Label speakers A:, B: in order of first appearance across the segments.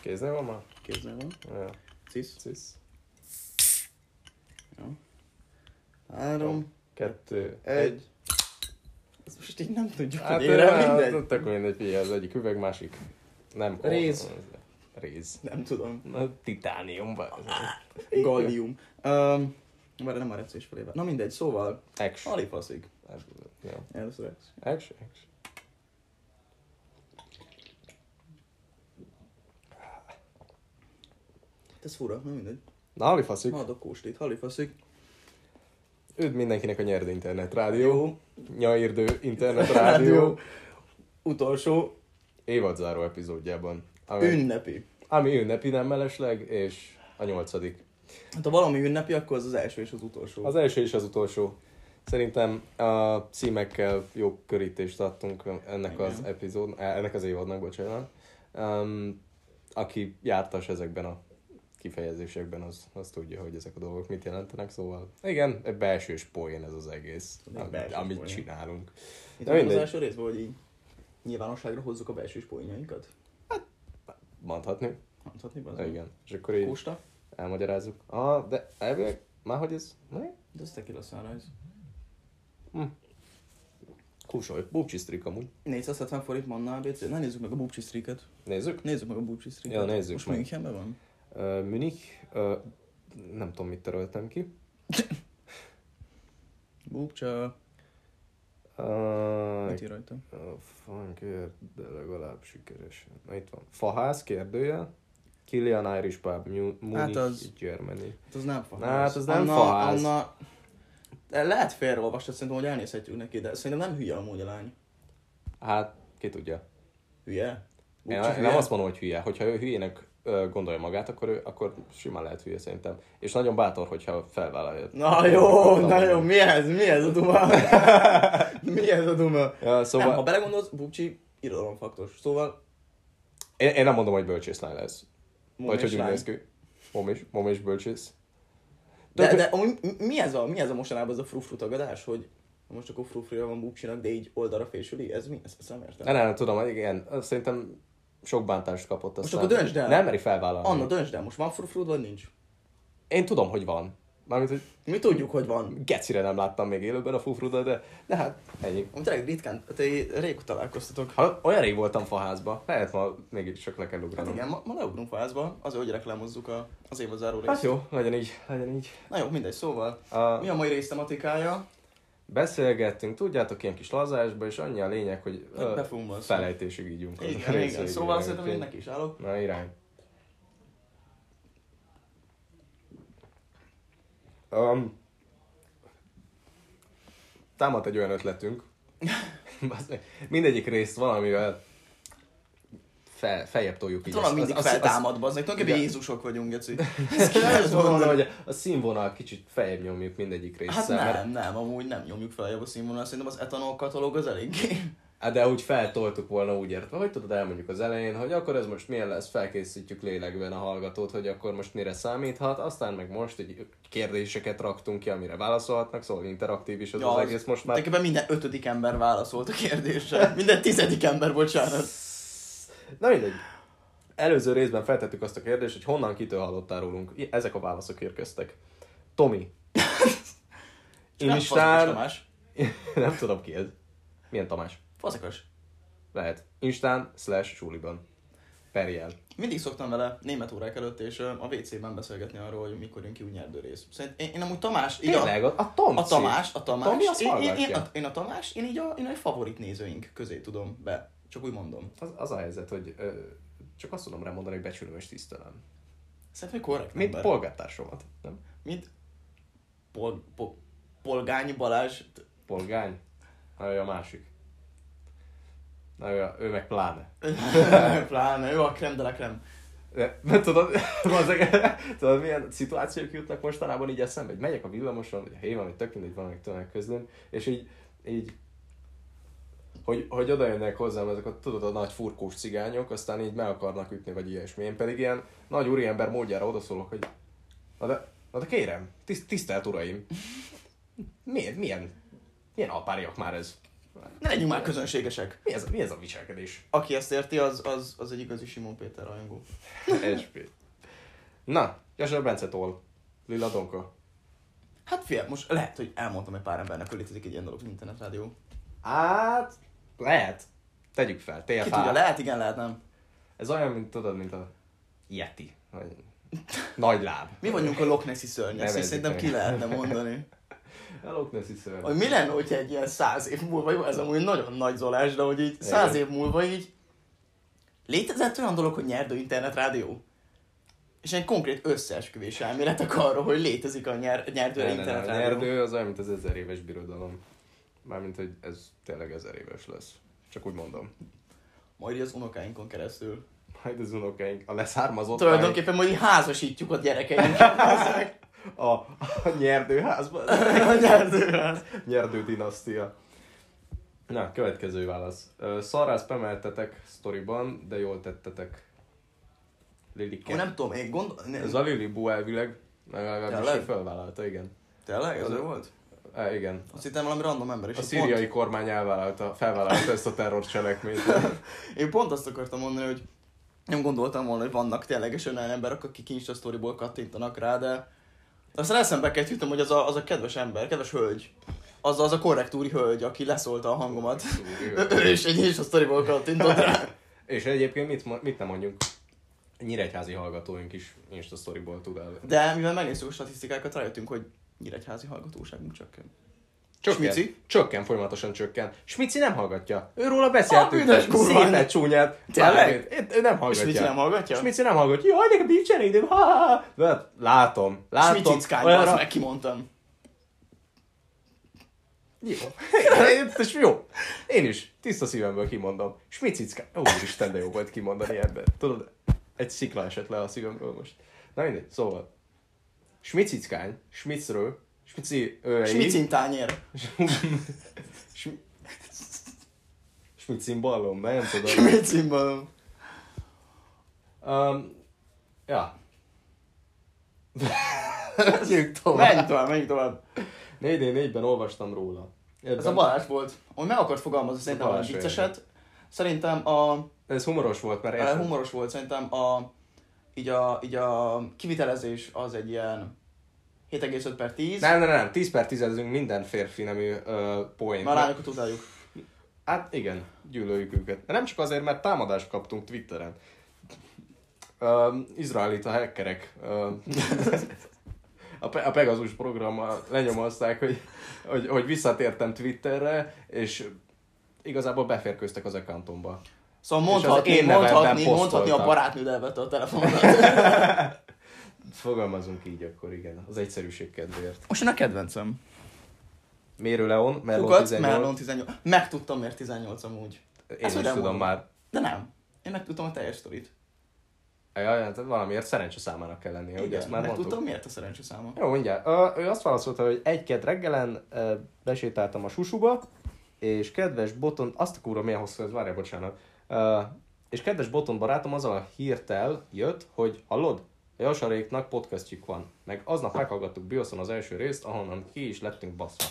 A: Kéznél van már?
B: Kéznél van.
A: Ja.
B: Cisz.
A: Cisz.
B: Jó. Három.
A: Kettő,
B: Egy.
A: egy.
B: Ezt most így nem tudjuk,
A: Hát,
B: hogy ére
A: hát,
B: mindegy.
A: tök mindegy, figyelj, az egyik üveg, másik nem. kor-
B: Réz.
A: Réz.
B: Nem tudom.
A: Na, titánium. bazd.
B: Gallium. Um, bár nem a recés felé. van. Na mindegy, szóval
A: Ex.
B: alifaszik.
A: Ja.
B: Először ez.
A: Ex, ex.
B: Ez fura, nem mindegy.
A: Na, alifaszik.
B: Ma adok kóstit, halifaszik.
A: Üdv mindenkinek a Nyerd Internet Rádió. Nyairdő Internet Rádió.
B: Rádió. Utolsó
A: Évadzáró epizódjában. Ami,
B: ünnepi.
A: ami ünnepi nem mellesleg, és a nyolcadik.
B: Hát ha valami ünnepi, akkor az az első és az utolsó.
A: Az első és az utolsó. Szerintem a címekkel jó körítést adtunk ennek az
B: Igen.
A: epizód, eh, ennek az évadnak, bocsánat. Um, aki jártas ezekben a kifejezésekben, az, az tudja, hogy ezek a dolgok mit jelentenek, szóval igen, egy belsős poén ez az egész,
B: Egy
A: amit,
B: belsős
A: amit
B: poén.
A: csinálunk.
B: Itt
A: Na
B: van az
A: mindegy.
B: első rész, hogy így nyilvánosságra hozzuk a belső poénjainkat.
A: Mondhatni?
B: Mondhatni van?
A: Igen. És akkor így
B: Kósta?
A: elmagyarázzuk. Ah, de elvileg, már hogy ez, mi?
B: De ez tequila sunrise.
A: Kusolj, búcsi sztrik amúgy.
B: 470 forint manna ABC. Na nézzük meg a Bubcsi streaket.
A: Nézzük.
B: Nézzük meg a Bubcsi streaket.
A: Ja, nézzük
B: Most
A: meg.
B: Münchenben van?
A: Uh, Münich, uh, nem tudom, mit töröltem ki.
B: Bubcsa.
A: Uh,
B: Mit ír rajta?
A: a fan kér, de legalább sikeresen. Na, itt van. Faház kérdője. Kilian Irish Pub, Mu- Munich,
B: Hát az-
A: Germany.
B: Hát az nem faház.
A: Na, hát az nem faház.
B: Anna... De lehet félreolvastad, szerintem, hogy elnézhetjük neki, de szerintem nem hülye amúgy a lány.
A: Hát, ki tudja.
B: Hülye?
A: Én,
B: Bubcsi
A: én nem
B: hülye?
A: azt mondom, hogy hülye. Hogyha ő hülyének ö, gondolja magát, akkor, ő, akkor simán lehet hülye szerintem. És nagyon bátor, hogyha felvállalja.
B: Na jó, na jó, mi ez? Mi ez a duma? mi ez a duma? Szóval... Nem, ha
A: Ja, szóval
B: belegondolsz, Bubcsi irodalomfaktos. Szóval
A: én, én, nem mondom, hogy bölcsészlány lesz.
B: mond
A: Vagy
B: és
A: hogy úgy
B: lány.
A: néz ki. Mom is, mom is bölcsész.
B: De, de amúgy mi- mi ez a, mi ez a mostanában ez a frufru tagadás, hogy most akkor frufrira van bukcsinak, de így oldalra fésüli? Ez mi? Ezt, ezt nem értem.
A: Ne, ne, nem tudom, igen. Szerintem sok bántást kapott. Aztán.
B: akkor döntsd el.
A: Nem meri felvállalni.
B: Anna, döntsd el, most van frufrud, vagy nincs?
A: Én tudom, hogy van. Mármint, hogy
B: Mi tudjuk, hogy van.
A: gecire nem láttam még élőben a fufruda, de, de hát ennyi.
B: Amúgy tényleg ritkán, te rég találkoztatok.
A: Ha olyan rég voltam faházba, lehet ma mégis csak le kell
B: Hát
A: ugranom.
B: igen, ma, ma leugrunk fázba, azért, hogy reklámozzuk a, az évazáró részt.
A: Hát jó, legyen így, legyen így.
B: Na jó, mindegy, szóval.
A: A,
B: Mi a mai rész tematikája?
A: beszélgettünk, tudjátok, ilyen kis lazásba, és annyi a lényeg, hogy ö,
B: Be fogunk baszni.
A: felejtésig ígyunk. az
B: Hát Igen,
A: rész
B: igen,
A: végéig,
B: szóval szerintem én
A: úgyhogy-
B: neki is állok.
A: Na, irány. Um, támadt egy olyan ötletünk. Bazd meg, Mindegyik részt valamivel fel, feljebb toljuk
B: Itt Hát valami
A: Azt-
B: mindig
A: azt- azt-
B: feltámad, az meg tulajdonképpen
A: Igen.
B: Jézusok vagyunk, Geci.
A: azt mondom, hogy a színvonal kicsit feljebb nyomjuk mindegyik résszel.
B: Hát nem,
A: mert-
B: nem, amúgy nem nyomjuk fel a színvonalat, szerintem az etanol katalóg az eléggé.
A: Hát de úgy feltoltuk volna úgy értve, hogy tudod, elmondjuk az elején, hogy akkor ez most milyen lesz, felkészítjük lélekben a hallgatót, hogy akkor most mire számíthat, aztán meg most egy kérdéseket raktunk ki, amire válaszolhatnak, szóval interaktív is az, ja, az, egész most már.
B: Tulajdonképpen minden ötödik ember válaszolt a kérdésre. Minden tizedik ember, bocsánat.
A: Na mindegy. Előző részben feltettük azt a kérdést, hogy honnan kitől hallottál rólunk. I- Ezek a válaszok érkeztek. Tomi.
B: Nem, Fazekas
A: Instán...
B: Tamás.
A: Nem tudom ki ez. Milyen Tamás?
B: Fazekas.
A: Lehet. Instán slash suliban. Perjel.
B: Mindig szoktam vele német órák előtt és ö, a WC-ben beszélgetni arról, hogy mikor jön ki úgy nyerdő rész. Szerintem én, én amúgy Tamás, így a,
A: Tényleg, a, a Tomci.
B: a Tamás, a Tamás,
A: Tomi azt
B: én, én,
A: hallgatja.
B: én, a, én a Tamás, én így a, én a favorit nézőink közé tudom be. Csak úgy mondom.
A: Az, az a helyzet, hogy ö, csak azt tudom rá mondani, hogy becsülöm és tisztelem.
B: Szerintem egy korrekt
A: Mint
B: ember.
A: polgártársamat, nem?
B: Mint pol, pol, Polgány Balázs.
A: Polgány? Na ő a másik. Na ő, a, ő meg pláne.
B: Pláne, ő a krem de la krem.
A: De, de tudod, bazeg, tudod, milyen szituációk jutnak mostanában így eszembe, hogy megyek a villamoson, vagy a héván, vagy tök mindegy, valamelyik tömegközlőn, és így, így hogy, hogy oda jönnek hozzám ezek a, tudod, a nagy furkós cigányok, aztán így meg akarnak ütni, vagy ilyesmi. Én pedig ilyen nagy úriember módjára odaszólok, hogy na de, na de kérem, tiszt, tisztelt uraim, miért, milyen, milyen alpáriak már ez?
B: Ne legyünk már közönségesek.
A: Mi ez, mi ez a viselkedés?
B: Aki ezt érti, az, az, az egy igazi Simon Péter rajongó.
A: SP. Na, Jasra Bence tol. Lila Donka.
B: Hát fia, most lehet, hogy elmondtam egy pár embernek, hogy létezik egy ilyen dolog, mint internetrádió.
A: Hát, lehet. Tegyük fel,
B: Ki tudja,
A: TFA.
B: lehet, igen, lehet, nem.
A: Ez olyan, mint tudod, mint a Yeti. Vagy Nagy láb.
B: Mi vagyunk a Loch Nessi szörny, ezt
A: Nevezzük
B: szerintem
A: meg.
B: ki lehetne mondani.
A: A Loch Nessi szörny.
B: Hogy mi lenne, hogyha egy ilyen száz év múlva, jó, ez amúgy nagyon nagy zolás, de hogy így száz év múlva így létezett olyan dolog, hogy nyerdő internetrádió? És egy konkrét összeesküvés elméletek arra, hogy létezik a nyer, nyerdő
A: Ne, ne, ne, A
B: internetrádió.
A: nyerdő az olyan, mint az ezer éves birodalom. Mármint, hogy ez tényleg ezer éves lesz. Csak úgy mondom.
B: Majd így az unokáinkon keresztül.
A: Majd az unokáink, a leszármazott
B: Tulajdonképpen majd így házasítjuk a gyerekeinket.
A: a, a nyerdőházban.
B: a nyerdőház.
A: Nyerdő dinasztia. Na, következő válasz. Ö, Szarrász pemeltetek sztoriban, de jól tettetek.
B: Én
A: Lilike.
B: nem tudom, én gondolom...
A: Ez a Lili Bu elvileg, legalábbis
B: Tényleg?
A: ő felvállalta, igen.
B: Tényleg?
A: Az-
B: Ez volt?
A: E, igen.
B: Azt hittem valami random ember. És
A: A
B: így
A: szíriai kormány elvállalta, felvállalta ezt a terrorcselekményt.
B: Én pont azt akartam mondani, hogy nem gondoltam volna, hogy vannak ténylegesen olyan emberek, akik Insta sztoriból kattintanak rá, de aztán eszembe kellett jutnom, hogy az a, az a kedves ember, kedves hölgy, az az a korrektúri hölgy, aki leszólta a hangomat, Ő is egy Insta sztoriból kattintott rá.
A: És egyébként mit, mo- mit nem mondjunk? Nyíregyházi hallgatóink is Insta sztoriból tud el.
B: De mivel megnéztük a statisztikákat, rájöttünk, hogy nyíregyházi hallgatóságunk csökken.
A: Csökken,
B: Smici?
A: Csökken, folyamatosan csökken. Smici nem hallgatja. Őról
B: A
A: beszéltünk.
B: büdös kurva.
A: ne csúnyát.
B: Tényleg?
A: Bármit. Ő- Ő nem
B: És
A: hallgatja.
B: mit nem hallgatja?
A: Smici nem hallgatja. Jaj, nekem nincsen időm. Ha, ha, ha. De hát Látom. Látom.
B: Smicickány,
A: Olyanra-
B: azt meg kimondtam.
A: Jó. És jó. Én is tiszta szívemből kimondom. Smicicka. Ó, Isten, de jó volt kimondani ebben. Tudod, egy szikla esett le a szívemből most. Na mindegy, szóval. Smicickány, smicről, smici... ö,
B: Smicintányér.
A: Smi- Smicin ballom, nem tudom.
B: Smicimbalom.
A: Um, ja. Menjünk tovább.
B: Menj tovább, menj tovább.
A: 4D4-ben olvastam róla. Ebben,
B: Ez a Balázs volt. Hogy meg akart fogalmazni szerintem
A: Balázs
B: valami
A: olyan.
B: vicceset. Szerintem a
A: ez humoros volt, mert
B: Persze.
A: érted.
B: humoros volt, szerintem a, így a, így a kivitelezés az egy ilyen 7,5 per 10.
A: Nem, nem, nem, 10 per 10 minden férfi nemű uh, poént.
B: Már lányokat utáljuk.
A: Hát igen, gyűlöljük őket. De nem csak azért, mert támadást kaptunk Twitteren. Um, izraelita hackerek um, a, Pe- a Pegasus programmal lenyomozták, hogy, hogy, hogy visszatértem Twitterre, és igazából beférkőztek az accountomba.
B: Szóval
A: És az
B: mondhatni,
A: én nevemben
B: mondhatni, mondhatni a
A: posztoltak.
B: barátnőd elvette a telefonodat.
A: Fogalmazunk így akkor, igen, az egyszerűség kedvéért.
B: Most én a kedvencem.
A: Mérő Leon, Merlon
B: Kukac,
A: 18.
B: Merlon 18. Megtudtam, miért 18 amúgy.
A: Én
B: Ezt
A: is
B: hogy nem
A: tudom
B: mondom?
A: már.
B: De nem. Én megtudtam a teljes sztorit.
A: Jaj, hát valamiért szerencse számának kell lennie, ugye? Ezt
B: Igen,
A: már mondtuk.
B: megtudtam, miért a szerencsé száma.
A: Jó, mindjárt. Ö, ő azt válaszolta, hogy egy-két reggelen ö, besétáltam a susuba, és kedves boton, azt a kúra milyen hosszú ez, várjál, bocsánat. Ö, és kedves boton barátom azzal a hírtel jött, hogy hallod, Jasaréknak podcastjük van. Meg aznap meghallgattuk Bioszon az első részt, ahonnan ki is lettünk baszva.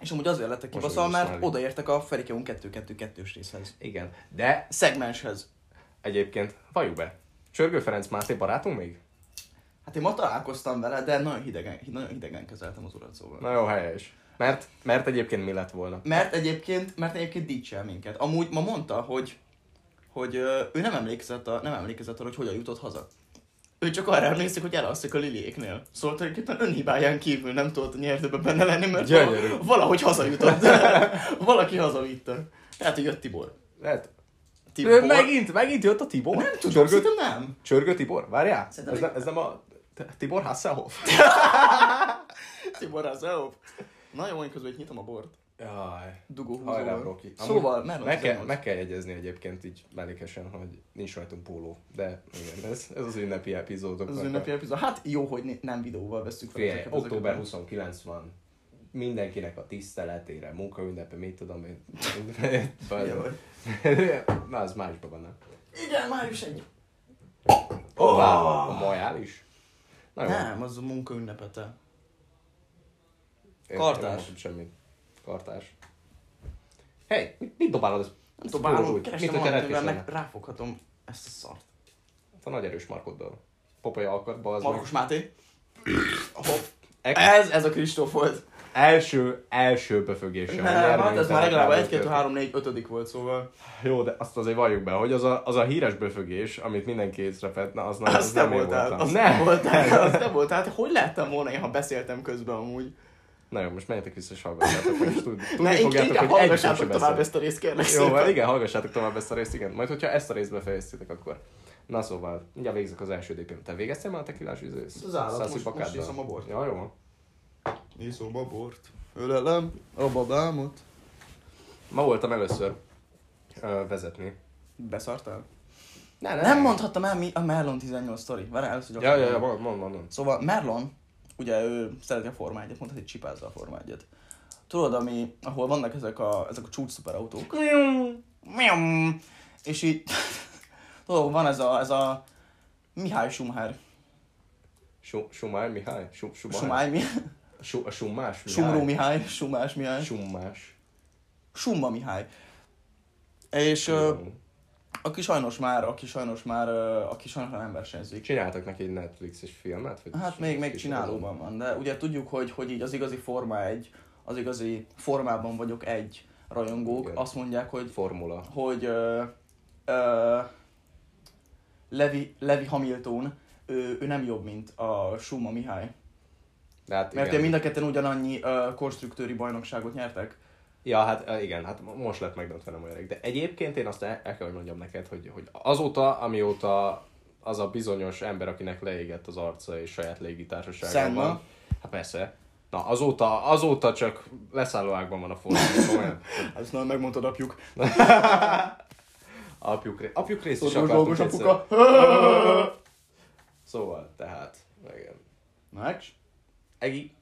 B: És amúgy azért lettek
A: Most
B: kibaszva,
A: is
B: mert
A: ismerjük.
B: odaértek a Ferikeun 2-2-2-ös részhez.
A: Igen, de
B: Szegmenshez.
A: egyébként valljuk be. Csörgő Ferenc Máté barátunk még?
B: Hát én ma találkoztam vele, de nagyon hidegen, nagyon hidegen kezeltem az urat szóval.
A: Na jó, helyes. Mert, mert egyébként mi lett volna?
B: Mert egyébként, mert egyébként dicsel minket. Amúgy ma mondta, hogy, hogy ö, ő nem emlékezett, a, nem emlékezett arra, hogy hogyan jutott haza. Ő csak arra emlékszik, hogy elalszik a liliéknél. Szóval tulajdonképpen önhibáján kívül nem tudott a nyerdőben benne lenni, mert
A: Gyönyörű.
B: vala- valahogy hazajutott. Valaki hazavitte. Tehát, hogy jött Tibor.
A: Lehet.
B: Tibor.
A: Ő megint, megint jött a Tibor?
B: Nem tudom,
A: Csörgő-
B: szerintem nem.
A: Csörgő Tibor, várjál?
B: Szerintem
A: Ez,
B: egy-
A: nem, ez nem a T- Tibor Hasselhoff?
B: Tibor az elop. Na jó, én közben itt nyitom a bort.
A: Jaj. Hajrá,
B: Dugóhúzóval.
A: Roki.
B: Szóval,
A: Amúgy
B: mert
A: meg kell, meg kell jegyezni egyébként így mellékesen, hogy nincs rajtunk póló. De igen, ez, ez az ünnepi epizódok.
B: Ez az ünnepi epizód. Hát jó, hogy né- nem videóval vesztük fel.
A: Figyelj,
B: ezeket, ezeket.
A: október 29 van. Mindenkinek a tiszteletére, munkaünnepe, mit tudom én.
B: Figyelj.
A: Na, az másban van, nem?
B: Igen, május egy.
A: Oh! Várva, a majál is? Na jó.
B: Nem, az a munka ünnepete.
A: Én-
B: Kartás.
A: én nem mondtam semmit. Kartás. Hey, mit, mit dobálod ezt?
B: Nem tudom, bárhol
A: Mit
B: kerestem
A: a
B: valamit, amivel
A: keretésen?
B: meg ráfoghatom ezt a szart.
A: A nagy erős Markoddal. Papai alkatba az
B: Markos Máté.
A: Hopp. Ek-
B: Ez, ez a Kristóf volt.
A: első, első befögése.
B: Nem, hát ez már legalább 1, 2, 3, 4, 5 volt, szóval.
A: Jó, de azt azért valljuk be, hogy az a, az a híres böfögés, amit mindenki észrevett, na az, nem,
B: Azt te
A: nem én
B: voltál,
A: voltam.
B: azt te
A: nem.
B: voltál, azt te voltál. Hát Hogy láttam volna én, ha beszéltem közben amúgy?
A: Na jó, most menjetek vissza és hallgassátok, meg is tud, tudni
B: Ne,
A: fogjátok,
B: inkább
A: hogy egyik sem
B: hallgassátok tovább
A: beszél.
B: ezt a részt, kérlek
A: Jó,
B: szépen.
A: hát igen, hallgassátok tovább ezt a részt, igen. Majd, hogyha ezt a részt befejeztétek, akkor... Na szóval, mindjárt végzek az első dépén. Te végeztél már a tekilás üzőt?
B: Az állat, most- most iszom a bort.
A: Ja, jó.
B: Iszom a bort, ölelem a babámot.
A: Ma voltam először ö, vezetni.
B: Beszartál?
A: Ne, ne,
B: Nem mondhattam el mi a Merlon 18 sztori. Várjál, először
A: Ja,
B: gyorsan.
A: ja, ja, mond, mond, mond. mond.
B: Szóval Merlon, ugye ő szereti a formáját, mondhatni, hogy csipázza a formáját. Tudod, ami, ahol vannak ezek a, ezek a csúcs szuperautók. Miam! És így, tudod, van ez a, ez a Mihály Schumacher.
A: Su- Sumár Mihály? Su- Sumár? Sumár?
B: Schumacher mi?
A: Su- a Sumás Mihály?
B: Sumró Mihály, Sumás Mihály.
A: Sumás.
B: Summa Mihály. És ö, aki sajnos már, aki sajnos már, ö, aki sajnos már nem versenyzik.
A: Csináltak neki egy Netflixes filmet? Vagy
B: Hát még, még
A: kis-
B: csinálóban van, de ugye tudjuk, hogy, hogy így az igazi forma egy, az igazi formában vagyok egy rajongók,
A: Igen.
B: azt mondják, hogy,
A: Formula.
B: hogy ö, ö, Levi, Levi Hamilton, ő, ő nem jobb, mint a Suma Mihály.
A: De hát
B: Mert ugye
A: igen.
B: mind a ketten ugyanannyi ö, konstruktőri bajnokságot nyertek.
A: Ja, hát eh, igen, hát most lett megdöntve nem olyan rég. De egyébként én azt el, el kell, hogy mondjam neked, hogy, hogy azóta, amióta az a bizonyos ember, akinek leégett az arca és saját légitársaságában.
B: Senna.
A: van. Hát persze. Na, azóta, azóta csak leszállóákban van a forduló.
B: Ezt nagyon megmondtad apjuk.
A: apjuk, ré- apjuk részt is
B: Tudod,
A: akartunk
B: dolgos
A: egyszer.
B: apuka.
A: Szóval, tehát, igen.
B: Max?
A: Egi,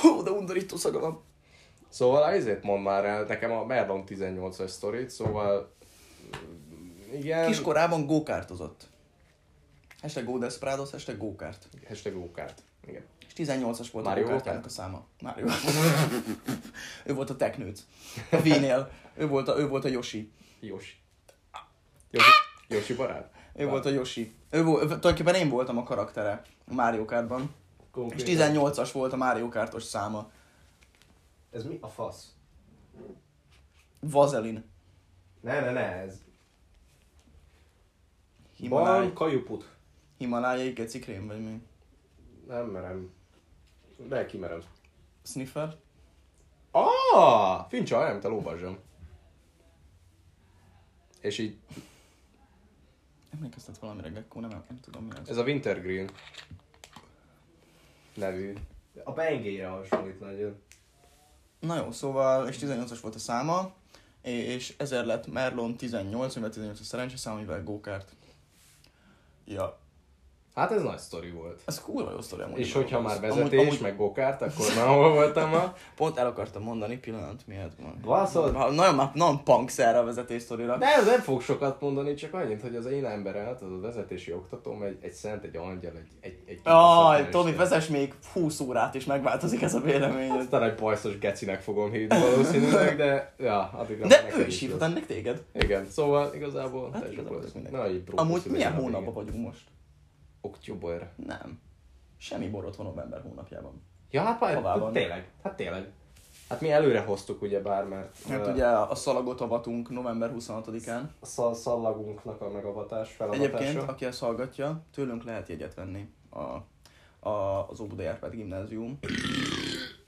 B: Hú, de undorító szaga van.
A: Szóval ezért mond már el nekem a Merlon 18-as sztorit, szóval mm, igen.
B: Kiskorában gókártozott. Hashtag Go Desperados, hashtag gókárt.
A: Hashtag ókárt. Igen.
B: És 18-as volt
A: Mario
B: a kártyának a száma. Mario. ő volt a teknőc. A V-nél. Ő volt a, ő volt a Yoshi.
A: Josi. Josi, Josi barát?
B: Ő volt a Yoshi. Ő volt, tulajdonképpen én voltam a karaktere a Mario Kartban. És
A: Konkrétan.
B: 18-as volt a Mario Kartos száma.
A: Ez mi a fasz?
B: Vazelin.
A: Ne, ne, ne, ez.
B: Himalájai,
A: Van kajuput.
B: Himalájai kecikrém vagy mi?
A: Nem merem. De kimerem.
B: Sniffer?
A: Ah, fincsa, nem, te lóbazsom. És így,
B: Emlékeztet valamire, Gekko, nem, nem tudom mi az.
A: ez a Wintergreen nevű. A pengére hasonlít nagyon.
B: Na jó, szóval, és 18-as volt a száma, és ezért lett Merlon 18, mivel 18 a szerencsés szám, mivel Go-Kart. Ja,
A: Hát ez nagy sztori volt.
B: Ez kurva jó sztori amúgy.
A: És hogyha már vezetés,
B: Amúgy- amúgy
A: meg gokárt, akkor már hol voltam ma?
B: Pont el akartam mondani pillanat miatt van.
A: Baszod?
B: Ha- Nagyon már nagyon punkszer a vezetés sztorira.
A: De ez nem fog sokat mondani, csak annyit, hogy az én emberem, hát az a vezetési oktatóm, egy, egy szent, egy angyal, egy... egy, egy
B: Aj,
A: kibaszott
B: Tomi,
A: Isten.
B: vezess még 20 órát és megváltozik ez a véleményed.
A: Aztán egy bajszos gecinek fogom hívni valószínűleg, de... Ja, addigra már
B: De
A: nekem
B: ő
A: is
B: is
A: jó.
B: hívhat ennek téged.
A: Igen, szóval igazából...
B: Hát
A: teljesen
B: igazából
A: volt.
B: ez mindegy.
A: Na, így próbál
B: Amúgy
A: szüvegen
B: milyen
A: a végén.
B: hónapban vagyunk most?
A: Október.
B: Nem. Semmi borot van november hónapjában.
A: Ja, hát,
B: Havában.
A: hát tényleg, hát tényleg. Hát mi előre hoztuk ugye bár, mert...
B: Mert
A: ö,
B: Hát ugye a szalagot avatunk november 26-án.
A: A szal- szallagunknak a megavatás feladatása.
B: Egyébként, aki ezt hallgatja, tőlünk lehet jegyet venni a, a, az Óbudai Árpád gimnázium.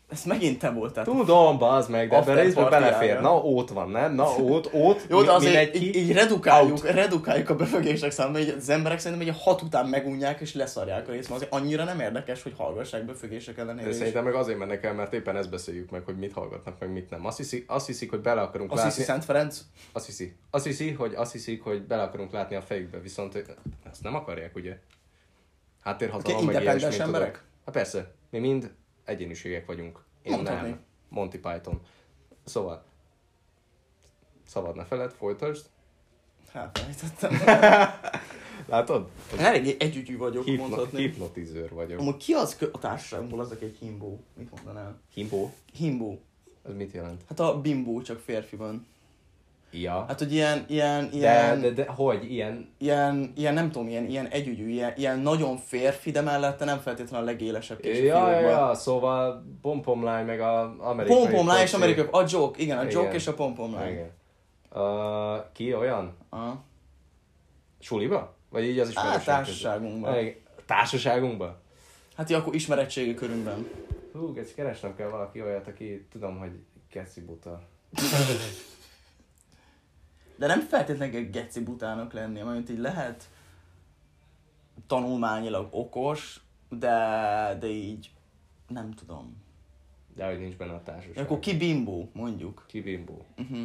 B: Ez megint te voltál.
A: Tudom, bazd meg, de
B: After
A: ebben részben
B: party
A: belefér.
B: ára.
A: Na, ott van, nem? Na, ott, ott,
B: Jó, de
A: mi-
B: azért
A: mindegy
B: így,
A: ki.
B: így redukáljuk, redukáljuk a befögések számát, hogy az emberek szerintem egy hat után megunják és leszarják a részt, mert azért annyira nem érdekes, hogy hallgassák befögések ellenére.
A: De
B: is.
A: Szerintem meg azért mennek el, mert éppen ezt beszéljük meg, hogy mit hallgatnak, meg mit nem. Azt hiszik, azt hiszik hogy bele akarunk
B: Azt
A: látni.
B: hiszi Szent Ferenc?
A: Azt hiszi. Azt hiszi, hogy azt hiszik, hogy bele akarunk látni a fejükbe, viszont ezt nem akarják, ugye? Háttérhatalom,
B: Oké,
A: meg
B: independens
A: ilyesmi, tudod.
B: emberek?
A: Hát persze, mi mind egyéniségek vagyunk. Én
B: Mondhatni.
A: nem. Monty Python. Szóval, szabad ne feled, folytasd.
B: Hát, elhittettem.
A: Látod?
B: Eléggé együgyű vagyok,
A: Hipno-
B: mondhatni.
A: hipnotizőr vagyok.
B: Amúgy ki az kö- a társaságból az, aki egy himbó? Mit mondanál?
A: Himbó.
B: Himbó.
A: Az mit jelent?
B: Hát a bimbó csak férfi van.
A: Ja.
B: Hát, hogy ilyen, ilyen,
A: de,
B: ilyen,
A: de, de, hogy? Ilyen...
B: ilyen, ilyen nem tudom, ilyen, ilyen együgyű, ilyen, ilyen nagyon férfi, de mellette nem feltétlenül a legélesebb kis
A: Ja, ja, ja, szóval pompomlány meg a amerikai...
B: Pompomlány és
A: topség.
B: amerikai, a joke, igen, a joke
A: Igen.
B: és a pompomlány.
A: Igen. Uh, ki olyan?
B: Aha.
A: Suliba? Vagy így az is
B: Á, Hát, társaságunkban.
A: Társaságunkban?
B: Hát ja, akkor ismerettségi körünkben.
A: Hú, ezt keresnem kell valaki olyat, aki tudom, hogy keci buta.
B: De nem feltétlenül kell geci butának lenni, mert így lehet tanulmányilag okos, de, de így nem tudom.
A: De hogy nincs benne a társaság.
B: Akkor ki bimbó, mondjuk.
A: Ki bimbó.
B: Uh-huh.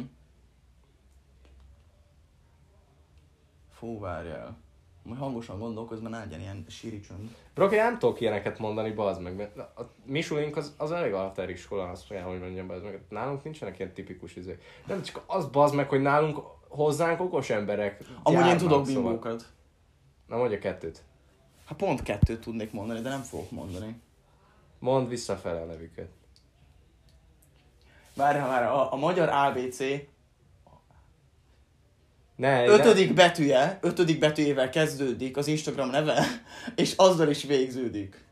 B: Fú, várjál. Majd hangosan gondolkoz, mert áldjál ilyen síri csönd.
A: Broki, nem tudok ilyeneket mondani, bazd meg, mert a Misulink az, az elég alteriskola, azt kell, hogy mondjam, bazd meg. Nálunk nincsenek ilyen tipikus izék. Nem csak az bazd meg, hogy nálunk hozzánk okos emberek
B: Amúgy én
A: járnak,
B: tudok
A: szóval.
B: bimbókat.
A: Na mondja kettőt.
B: Hát pont kettőt tudnék mondani, de nem fogok mondani.
A: Mondd visszafele a nevüket.
B: Várjál, várjál, a, a magyar ABC
A: Ne,
B: ötödik betűje, ötödik betűjével kezdődik az Instagram neve, és azzal is végződik.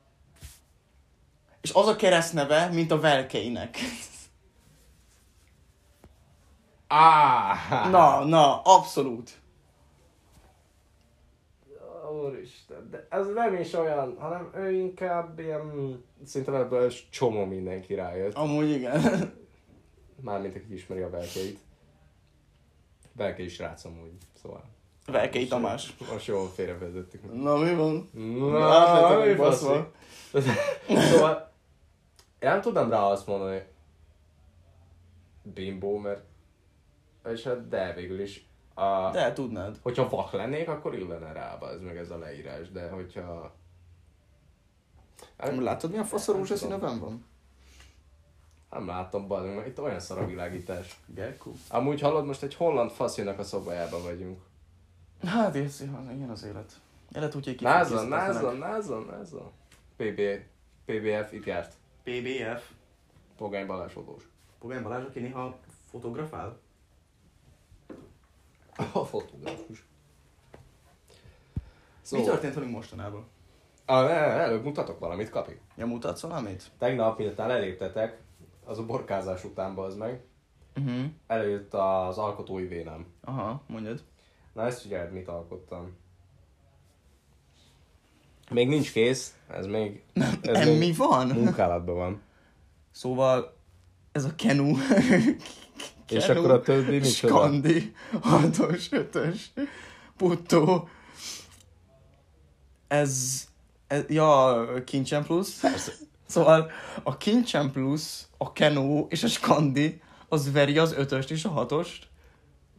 B: És az a keresztneve, mint a velkeinek.
A: Ne... Á!
B: Na, na, abszolút.
A: Úristen, de ez nem is olyan, hanem ő inkább ilyen, szerintem ebből is csomó mindenki rájött.
B: Amúgy igen.
A: Mármint aki ismeri a belkeit. Belkei srác amúgy, szóval.
B: Velkei Tamás.
A: Most jól félrevezettük.
B: Na, mi van?
A: Na,
B: átlehetek
A: mi
B: egy
A: baszik?
B: baszba.
A: Szóval, én nem tudnám rá azt mondani, bimbo, mert és hát de végül is a,
B: De tudnád.
A: hogyha vak lennék, akkor illene rá, ez meg ez a leírás, de hogyha...
B: Amúgy
A: Nem,
B: Látod, milyen faszorús
A: Nem
B: ez
A: tudom.
B: nevem van?
A: nem látom, bazd, meg itt olyan szar a világítás.
B: Gekku.
A: Amúgy hallod, most egy holland faszinak a szobájában vagyunk.
B: Hát, érzi, van, ilyen az élet. Élet úgy, hogy
A: Názon,
B: kifizetetlenek.
A: názon, názon, názon. PB, PBF itt járt.
B: PBF.
A: Pogány Balázs fotós.
B: Pogány Balázs, aki néha fotografál?
A: A fotográfus.
B: Mi
A: Szóval,
B: történt velünk mostanában?
A: a, ne, előbb mutatok valamit, Kapi.
B: Ja, mutatsz valamit?
A: Tegnap, miután eléptetek, az a borkázás után az meg,
B: Mhm.
A: előjött az alkotói vénem.
B: Aha, mondjad.
A: Na ezt figyeld, mit alkottam. Még nincs kész, ez még... Ez
B: Ez mi van?
A: Munkálatban van.
B: Szóval ez a kenu.
A: És akkor a többi micsoda?
B: Skandi, 6-os, 5-ös, puttó. Ez, ez, ja, Kincsen plusz. Szóval a Kincsen plusz, a kenu és a Skandi, az veri az ötöst és a hatost,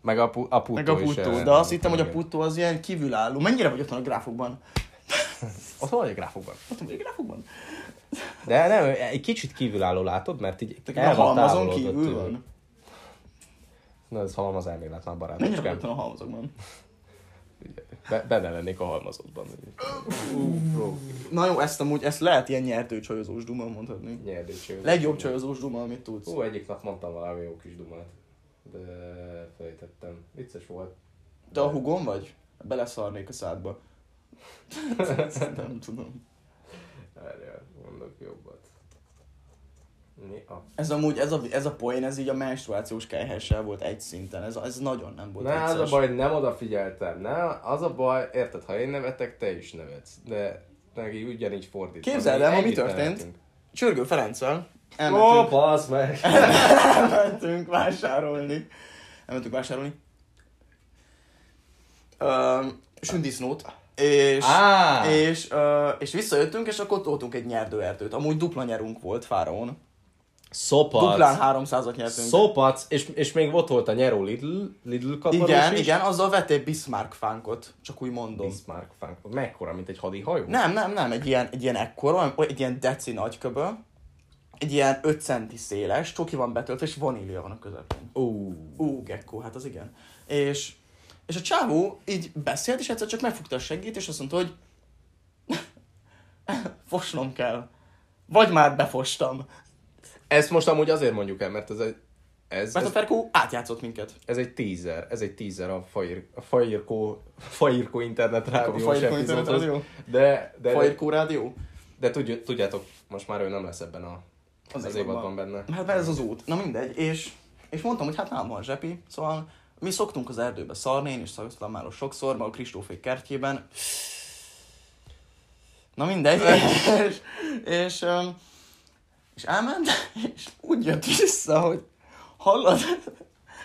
A: Meg a, pu- a puttó
B: meg a
A: is
B: puttó.
A: el-
B: De azt hittem, hogy a
A: igen.
B: puttó az ilyen kívülálló. Mennyire vagy otthon a gráfokban?
A: Ott van a gráfokban.
B: Otthon vagy a gráfokban?
A: De nem, egy kicsit kívülálló látod, mert így
B: Tehát
A: el
B: a
A: van
B: halmazon
A: távolodott
B: kívül
A: tőle.
B: van.
A: Na, ez halmaz elméletlen
B: Mennyire vagy
A: barátocskám.
B: otthon a halmazokban?
A: Be- benne lennék a halmazodban.
B: Na jó, ezt amúgy, ezt lehet ilyen nyertő csajozós duma mondhatni.
A: Nyerdőcső.
B: Legjobb csajozós duma, amit tudsz.
A: Hú, egyik nap mondtam valami jó kis dumát. De felejtettem. Vicces volt.
B: De a hugon vagy? Beleszarnék a szádba. Nem tudom.
A: Erre mondok jobbat. Mi a...
B: Ez amúgy, ez a, ez a poén, ez így a menstruációs kelyhessel volt egy szinten. Ez, ez nagyon nem volt
A: Ne, az a
B: vicces.
A: baj, hogy nem odafigyeltem. Ne, az a baj, érted, ha én nevetek, te is nevetsz. De meg így ugyanígy fordítva.
B: Képzeld
A: Mi
B: el, ma mi
A: ennyit
B: történt?
A: nevetünk.
B: Csörgő Ferenccel
A: Ó,
B: elmentünk,
A: basz meg!
B: elmentünk vásárolni. Elmentünk vásárolni. Um, sündisznót. És...
A: Á!
B: És, ö, és visszajöttünk, és akkor toltunk egy nyerdőerdőt. Amúgy dupla nyerünk volt Fáraón.
A: Szopac!
B: Duplán 300-at nyertünk.
A: Szopac, és, és még ott volt a nyeró Lidl, Lidl kaparós
B: igen,
A: is.
B: igen, azzal vett egy Bismarck fánkot, csak úgy mondom.
A: Bismarck fánk. Mekkora, mint egy hadihajó?
B: nem, nem, nem, egy ilyen, egy ilyen ekkora, olyan- egy ilyen deci nagyköbö, egy ilyen 5 centi széles, csoki van betöltve, és vanília van a közepén.
A: Ú,
B: Ú, gekkó, hát az igen. És, és a csávó így beszélt, és egyszer csak megfogta a seggét, és azt mondta, hogy fosnom kell. Vagy már befostam.
A: Ezt most amúgy azért mondjuk el, mert ez egy, ez,
B: Mert a
A: ez,
B: Ferkó átjátszott minket.
A: ez egy teaser, ez egy teaser a, fair, a fairkó, fairkó internet rádiós
B: Fairkó Internet
A: epizódhoz.
B: Rádió?
A: De, de, de,
B: Fairkó Rádió?
A: de tudj- tudjátok, most már ő nem lesz ebben a, az, az évadban benne.
B: Hát mert ez az út. Na mindegy. És, és mondtam, hogy hát nálam van zsepi, szóval mi szoktunk az erdőbe szarni, én is szarjoztam már ott sokszor, meg a Kristófék kertjében. Na mindegy. és, és, öm, és elment, és úgy jött vissza, hogy hallod,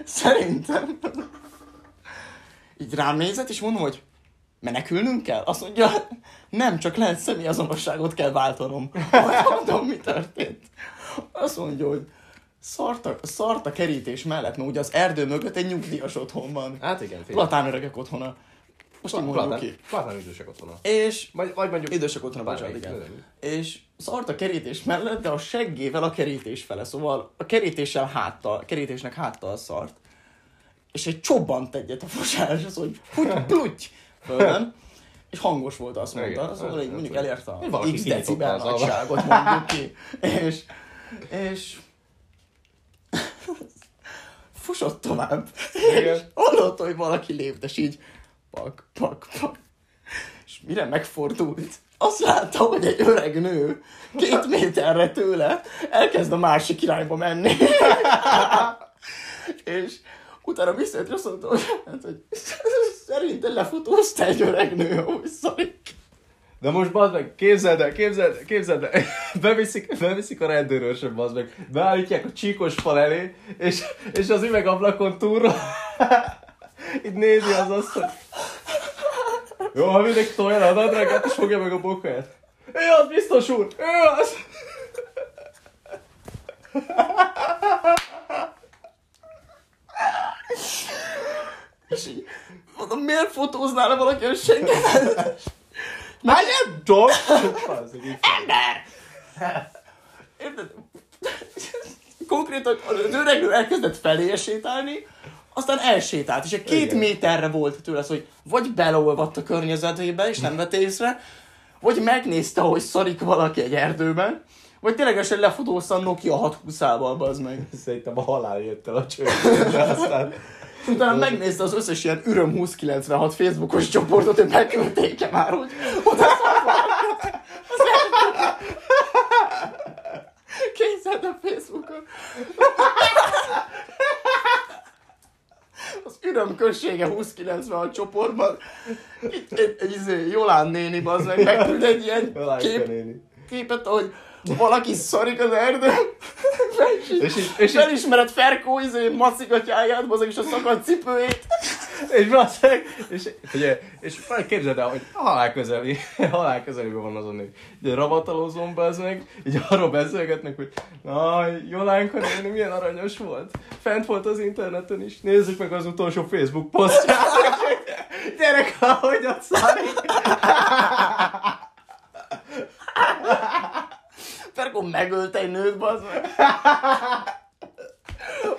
B: szerintem így rám nézett, és mondom, hogy menekülnünk kell? Azt mondja, "Hát nem, csak lehet személyazonosságot kell váltanom. Majd mondom, mi történt. Azt mondja, hogy szart a, szart a kerítés mellett, mert ugye az erdő mögött egy nyugdíjas otthon van.
A: Hát igen, figyelj.
B: Platán örökök otthona. Most így mondjuk ki.
A: Platán idősek otthona.
B: És
A: Vagy, vagy mondjuk...
B: Idősek otthona,
A: Bármelyik,
B: bocsánat, igen.
A: tényleg.
B: És szart a kerítés mellett, de a seggével a kerítés fele, szóval a kerítéssel háttal, kerítésnek háttal szart. És egy csobbant egyet a fosás, az, hogy puty, plutty, földön. És hangos volt, azt mondta.
A: Igen,
B: szóval
A: hát,
B: így mondjuk
A: hát,
B: elérte a
A: valaki
B: X
A: kinyitotta
B: decibel
A: az ablakot.
B: nagyságot, mondjuk ki. És, és fusott tovább.
A: Igen.
B: És hallott, hogy valaki lép, és így pak, pak, pak. És mire megfordult, azt látta, hogy egy öreg nő két méterre tőle elkezd a másik irányba menni. és utána visszajött, és azt mondta, hogy, hát, hogy szerintem lefutózta egy öreg nő, hogy szarik.
A: De most bazd meg, képzeld el, képzeld, képzeld el, beviszik, beviszik a rendőrőr sem, bazd meg, beállítják a csíkos fal elé, és, és az üvegablakon túlra, itt nézi az asszony. Jó, ha mindenki tolja le a nadrágát, és fogja meg a bokáját. Ő az biztos úr, ő az!
B: És így mondom, miért fotóznál le valaki a senket?
A: Már nem tudom! Bazd meg, így fel.
B: ember! Érted? Konkrétan az öreg nő elkezdett felé sétálni, aztán elsétált, és egy két
A: Igen.
B: méterre volt tőle az, hogy vagy beleolvadt a környezetébe, és nem vette észre, vagy megnézte, hogy szarik valaki egy erdőben, vagy ténylegesen lefotózta a Nokia 620-ával, bazd meg.
A: Szerintem a halál jött el a csőben, de aztán...
B: És utána megnézte az összes ilyen Üröm 2096 Facebookos csoportot, hogy megküldték-e már, hogy oda az Készed a Facebookon. Az Üröm községe 2096 csoportban egy, egy, egy izé, Jolán néni bazd meg megküld egy ilyen
A: Kép...
B: kép, képet, hogy valaki szarik az erdőn. és így, és így, felismered Ferkó izé macigatyáját, bazeg, és a szakadt cipőjét.
A: És valószínűleg, és, ugye, és már képzeld el, hogy halál közeli, halál közelében van azon, hogy így ravatalózom be az meg, így arról beszélgetnek, hogy na, Jolánka néni milyen aranyos volt. Fent volt az interneten is, nézzük meg az utolsó Facebook posztját. Gyerek, ahogy a szári.
B: Ferkó megölt egy nőt, bazeg.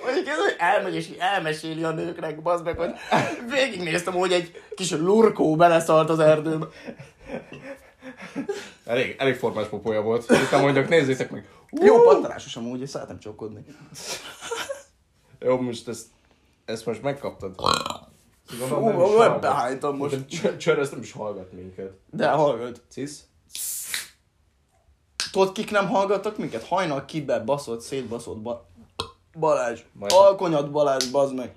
B: Mondjuk ez, hogy elmegy és így elmeséli a nőknek, bazd meg, hogy végignéztem, hogy egy kis lurkó beleszalt az erdőbe.
A: Elég, elég formás popója volt. Utána mondjuk, nézzétek meg.
B: Jó pattanásos amúgy, és szeretem csókodni.
A: Jó, most ezt, ezt most megkaptad. Gondolom, nem is
B: Fú, ebbe
A: hallgat.
B: hánytam most.
A: De csör- Csör, ezt nem is hallgat minket.
B: De hallgat.
A: Cisz?
B: Tudod, kik nem hallgattak minket? Hajnal kibe baszott, szétbaszott ba... Balázs.
A: Majd-
B: Alkonyat Balázs, bazd meg.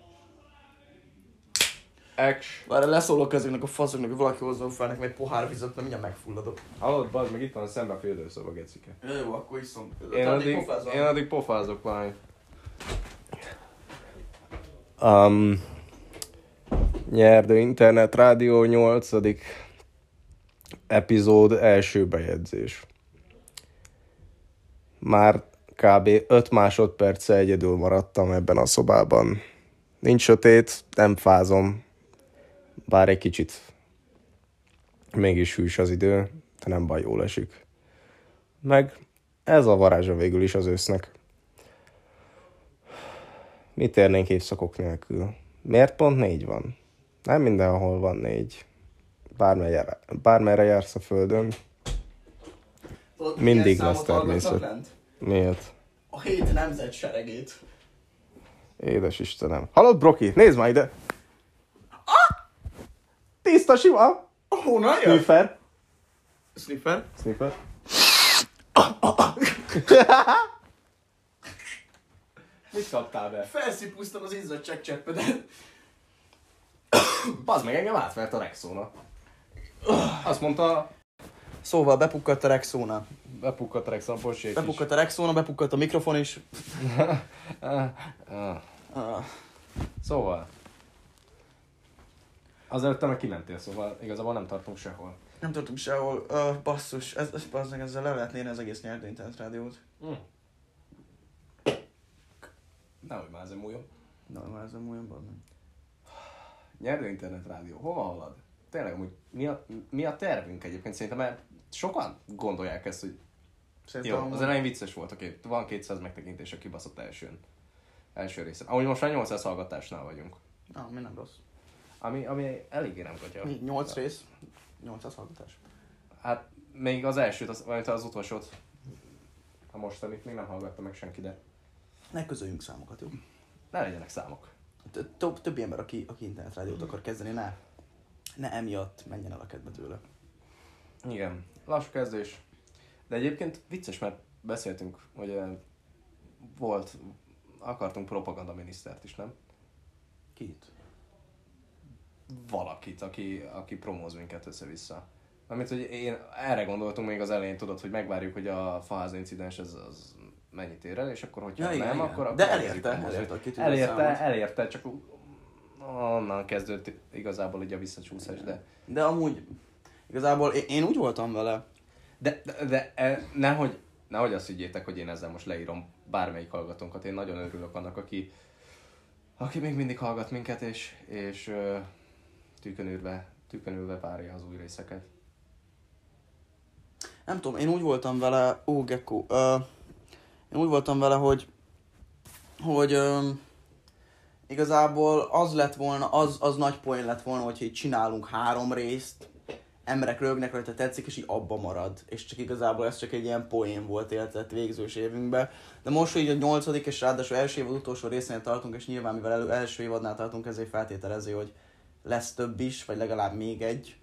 A: Ex.
B: Várj, leszólok ezeknek a faszoknak, hogy valaki hozzon fel nekem egy pohár vizet, mert mindjárt megfulladok.
A: Hallod, bazd meg itt van szemben a fürdőszoba, gecike.
B: Jó, jó, akkor iszom.
A: Én
B: Tehát
A: addig,
B: pofázom.
A: én addig pofázok valami. Um, nyerdő internet, rádió 8. epizód, első bejegyzés. Már kb. 5 másodperce egyedül maradtam ebben a szobában. Nincs sötét, nem fázom. Bár egy kicsit. Mégis hűs az idő, de nem baj, jól esik meg ez a varázsa végül is az ősznek. Mit érnénk évszakok nélkül? Miért pont négy van? Nem mindenhol van négy. Bármerre, bármerre jársz a földön.
B: Tudod, milyen
A: mindig
B: számot
A: lesz
B: hallgatnak
A: természet.
B: lent?
A: Miért?
B: a hét nemzet seregét.
A: Édes Istenem. Hallod, Broki? Nézd már ide! Ah! Tiszta, sima!
B: Honnan jön?
A: Sniffer.
B: Sniffer.
A: Sniffer. Ah, Mit kaptál be?
B: Felszipusztam az izzad cseppcseppedet.
A: Bazd meg, engem átvert a Rexona. Azt mondta,
B: Szóval bepukkadt a Rexona.
A: bepukkadt a Rexona, bocsék is.
B: Bepukkadt a Rexona, bepukkadt a mikrofon is.
A: Ah, ah.
B: Ah,
A: Szóval. Azelőtt te meg kimentél, szóval igazából nem tartunk sehol.
B: Nem tudtunk sehol. Uh, basszus, ez, ez bazzmeg, ezzel le lehet nézni az egész nyerdő internet rádiót.
A: Mm. Nehogy már ez múljon.
B: Na, már ez nem olyan bazdmeg.
A: Nyerdő internet rádió, hova halad? Tényleg, amúgy mi a, mi a tervünk egyébként? Szerintem mert sokan gondolják ezt, hogy jó,
B: Szerintem
A: az elején vicces volt, oké, van 200 megtekintés a kibaszott elsőn. Első részen. Amúgy most már 800 hallgatásnál vagyunk.
B: Na, mi nem rossz.
A: Ami, ami eléggé nem katya.
B: Mi, 8 rész, 800 hallgatás.
A: Hát még az elsőt, az, vagy az utolsót, a mostanit még nem hallgatta meg senki, de
B: Ne közöljünk számokat, jó?
A: ne legyenek számok.
B: T- Több, többi ember, aki, aki internet rádiót akar kezdeni, ne, ne emiatt menjen el a kedve tőle.
A: Igen, lassú kezdés. De egyébként vicces, mert beszéltünk, hogy eh, volt, akartunk propagandaminisztert is, nem?
B: Kit?
A: valakit, aki, aki promóz minket össze-vissza. Amit, hogy én erre gondoltunk még az elején, tudod, hogy megvárjuk, hogy a faháza incidens az, az mennyit ér el, és akkor, hogyha
B: Ja, igen,
A: nem,
B: igen.
A: akkor... akkor
B: De
A: elkezdjük
B: elérte,
A: promózni.
B: elérte a kitűző számot.
A: elérte, elérte, csak onnan kezdődött igazából így a visszacsúszás, de...
B: De amúgy, igazából én, én úgy voltam vele,
A: De, de, de e, nehogy, nehogy azt higgyétek, hogy én ezzel most leírom bármelyik hallgatónkat. Én nagyon örülök annak, aki, aki még mindig hallgat minket, és, és ö, tűkönülve, tűkönülve várja az új részeket.
B: nem tudom, én úgy voltam vele, ó, Gekko, ö, én úgy voltam vele, hogy, hogy ö, igazából az lett volna, az, az nagy poén lett volna, hogyha így csinálunk három részt, emberek rögnek rajta tetszik, és így abba marad. És csak igazából ez csak egy ilyen poén volt életet végzős évünkben. De most, hogy így a nyolcadik, és ráadásul első évad utolsó részén tartunk, és nyilván mivel elő, első évadnál tartunk, ezért feltételező, hogy lesz több is, vagy legalább még egy.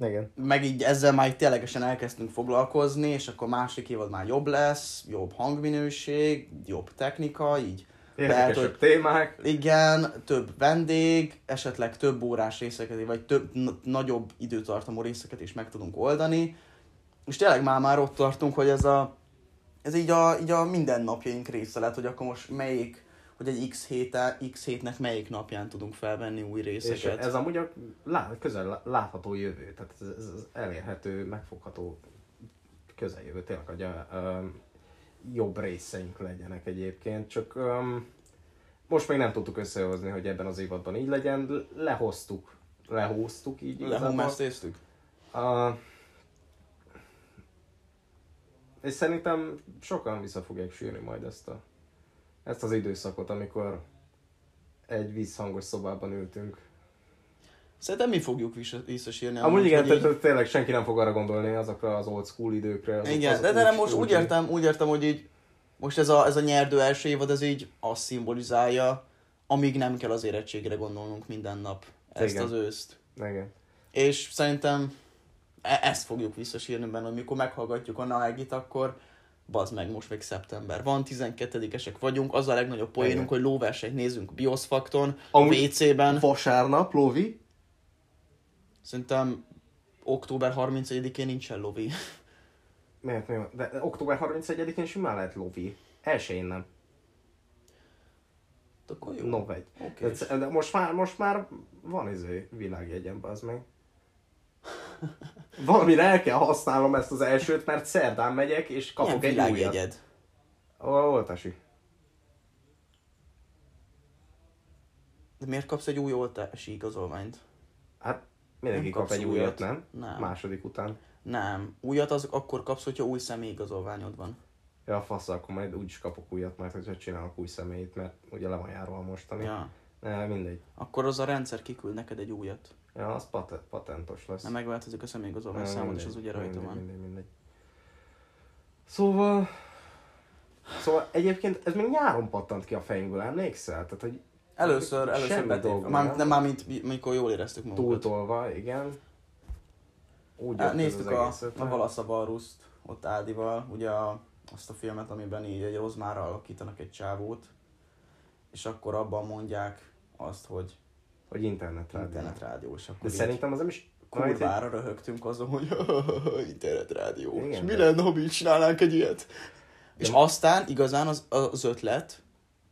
A: Igen.
B: meg így ezzel már így ténylegesen elkezdtünk foglalkozni, és akkor másik évad már jobb lesz, jobb hangminőség, jobb technika, így lehet, hogy
A: témák.
B: igen, több vendég, esetleg több órás részeket, vagy több n- nagyobb időtartamú részeket is meg tudunk oldani. És tényleg már már ott tartunk, hogy ez a ez így a, így a mindennapjaink része lett, hogy akkor most melyik, hogy egy X, héten, X hétnek melyik napján tudunk felvenni új
A: És
B: részeket.
A: ez amúgy a lá- közel látható jövő, tehát ez, ez az elérhető, megfogható közeljövő, tényleg, hogy a, um, jobb részeink legyenek egyébként, csak um, most még nem tudtuk összehozni, hogy ebben az évadban így legyen, L- lehoztuk, lehoztuk így. igazából.
B: Lehomesztéztük?
A: Uh, és szerintem sokan vissza fogják sírni majd ezt, a, ezt az időszakot, amikor egy vízhangos szobában ültünk.
B: Szerintem mi fogjuk vissza- visszasírni.
A: Amúgy igen,
B: hogy így-
A: tehát tényleg senki nem fog arra gondolni azokra az old school időkre. Azok,
B: Igen,
A: azok
B: de, de nem
A: úgy-
B: most úgy
A: úgy-
B: értem, úgy értem, hogy így most ez a, ez a nyerdő első évad, ez így azt szimbolizálja, amíg nem kell az érettségre gondolnunk minden nap ezt
A: Igen.
B: az őszt.
A: Igen.
B: És szerintem e- ezt fogjuk visszasírni benne, hogy mikor meghallgatjuk a Naegit, akkor bazd meg, most még szeptember van, 12-esek vagyunk, az a legnagyobb
A: Igen.
B: poénunk, hogy lóversenyt nézünk Bioszfakton, a
A: Amúgy-
B: WC-ben.
A: Vasárnap, Lóvi?
B: Szerintem október 31-én nincsen lovi. Hát
A: Miért nem? De de október 31-én simán lehet Lóvi. Elsőjén nem.
B: Akkor jó.
A: No egy.
B: Oké.
A: De, de most, már, most már van izé világjegyem, az meg. Valamire el kell használnom ezt az elsőt, mert szerdán megyek, és kapok
B: Milyen
A: egy újat.
B: világjegyed?
A: Ó, oltasi.
B: De miért kapsz egy új oltási igazolványt?
A: Hát mindenki
B: Nem
A: kap
B: kapsz
A: egy újat,
B: újat.
A: nem?
B: Nem.
A: Második után.
B: Nem. Újat az akkor kapsz, hogyha új személyigazolványod van.
A: Ja, fasz, akkor majd úgyis kapok újat, mert hogyha csinálok új személyt, mert ugye le van járva mostani. Ja.
B: Ja.
A: Ne, mindegy.
B: Akkor az a rendszer kiküld neked egy újat.
A: Ja, az pat- patentos lesz.
B: Nem megváltozik a személyigazolvány
A: Ne,
B: számod, és
A: mindegy,
B: az ugye rajta
A: mindegy,
B: van.
A: Mindegy, mindegy. Szóval, Szóval egyébként ez még nyáron pattant ki a fejünkből, emlékszel? Tehát, hogy
B: Először, először
A: Semmi
B: betépve.
A: dolgom,
B: Már,
A: nem?
B: nem, már mint mi- mikor jól éreztük magunkat.
A: túltolva, igen. Úgy
B: Hát,
A: jött ez
B: néztük
A: az
B: a,
A: egészet,
B: a
A: nem?
B: Valasza Balruszt, ott Ádival, ugye a, azt a filmet, amiben így egy rozmára alakítanak egy csávót, és akkor abban mondják azt, hogy
A: Hogy internetrádió.
B: internetrádió, és akkor
A: De
B: így
A: szerintem az nem is...
B: kurvára röhögtünk azon, hogy internetrádió, és
A: Igen,
B: mi
A: de-
B: lenne, ha mi is csinálnánk egy ilyet? És aztán igazán az, az ötlet,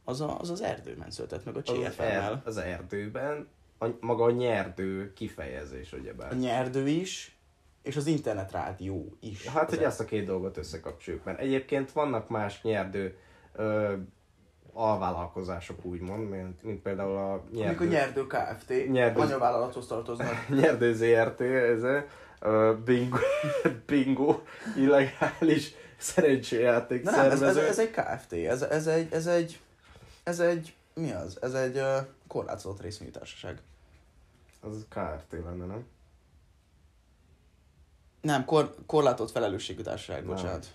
B: az a, az, az erdőmenc ötlet, meg a
A: Az, az, er,
B: csfm
A: az erdőben, a, maga a nyerdő kifejezés, ugyebár.
B: A nyerdő is, és az internetrádió is.
A: Hát,
B: Az
A: hogy ezt a két dolgot összekapcsoljuk, mert egyébként vannak más nyerdő ö, alvállalkozások, úgymond, mint, mint például a nyerdő,
B: Amikor nyerdő Kft.
A: Nyerdő.
B: Anyavállalathoz tartoznak.
A: nyerdő ZRT, ez a, ö, bingo, bingo, illegális szerencséjáték
B: De nem, ez, ez,
A: szervező.
B: ez, egy Kft. Ez, ez egy, ez egy, ez egy, mi az? Ez egy ö, korlátozott részvénytársaság.
A: Az KRT lenne, nem?
B: Nem, kor, korlátolt felelősségű társaság,
A: Nem.
B: bocsánat.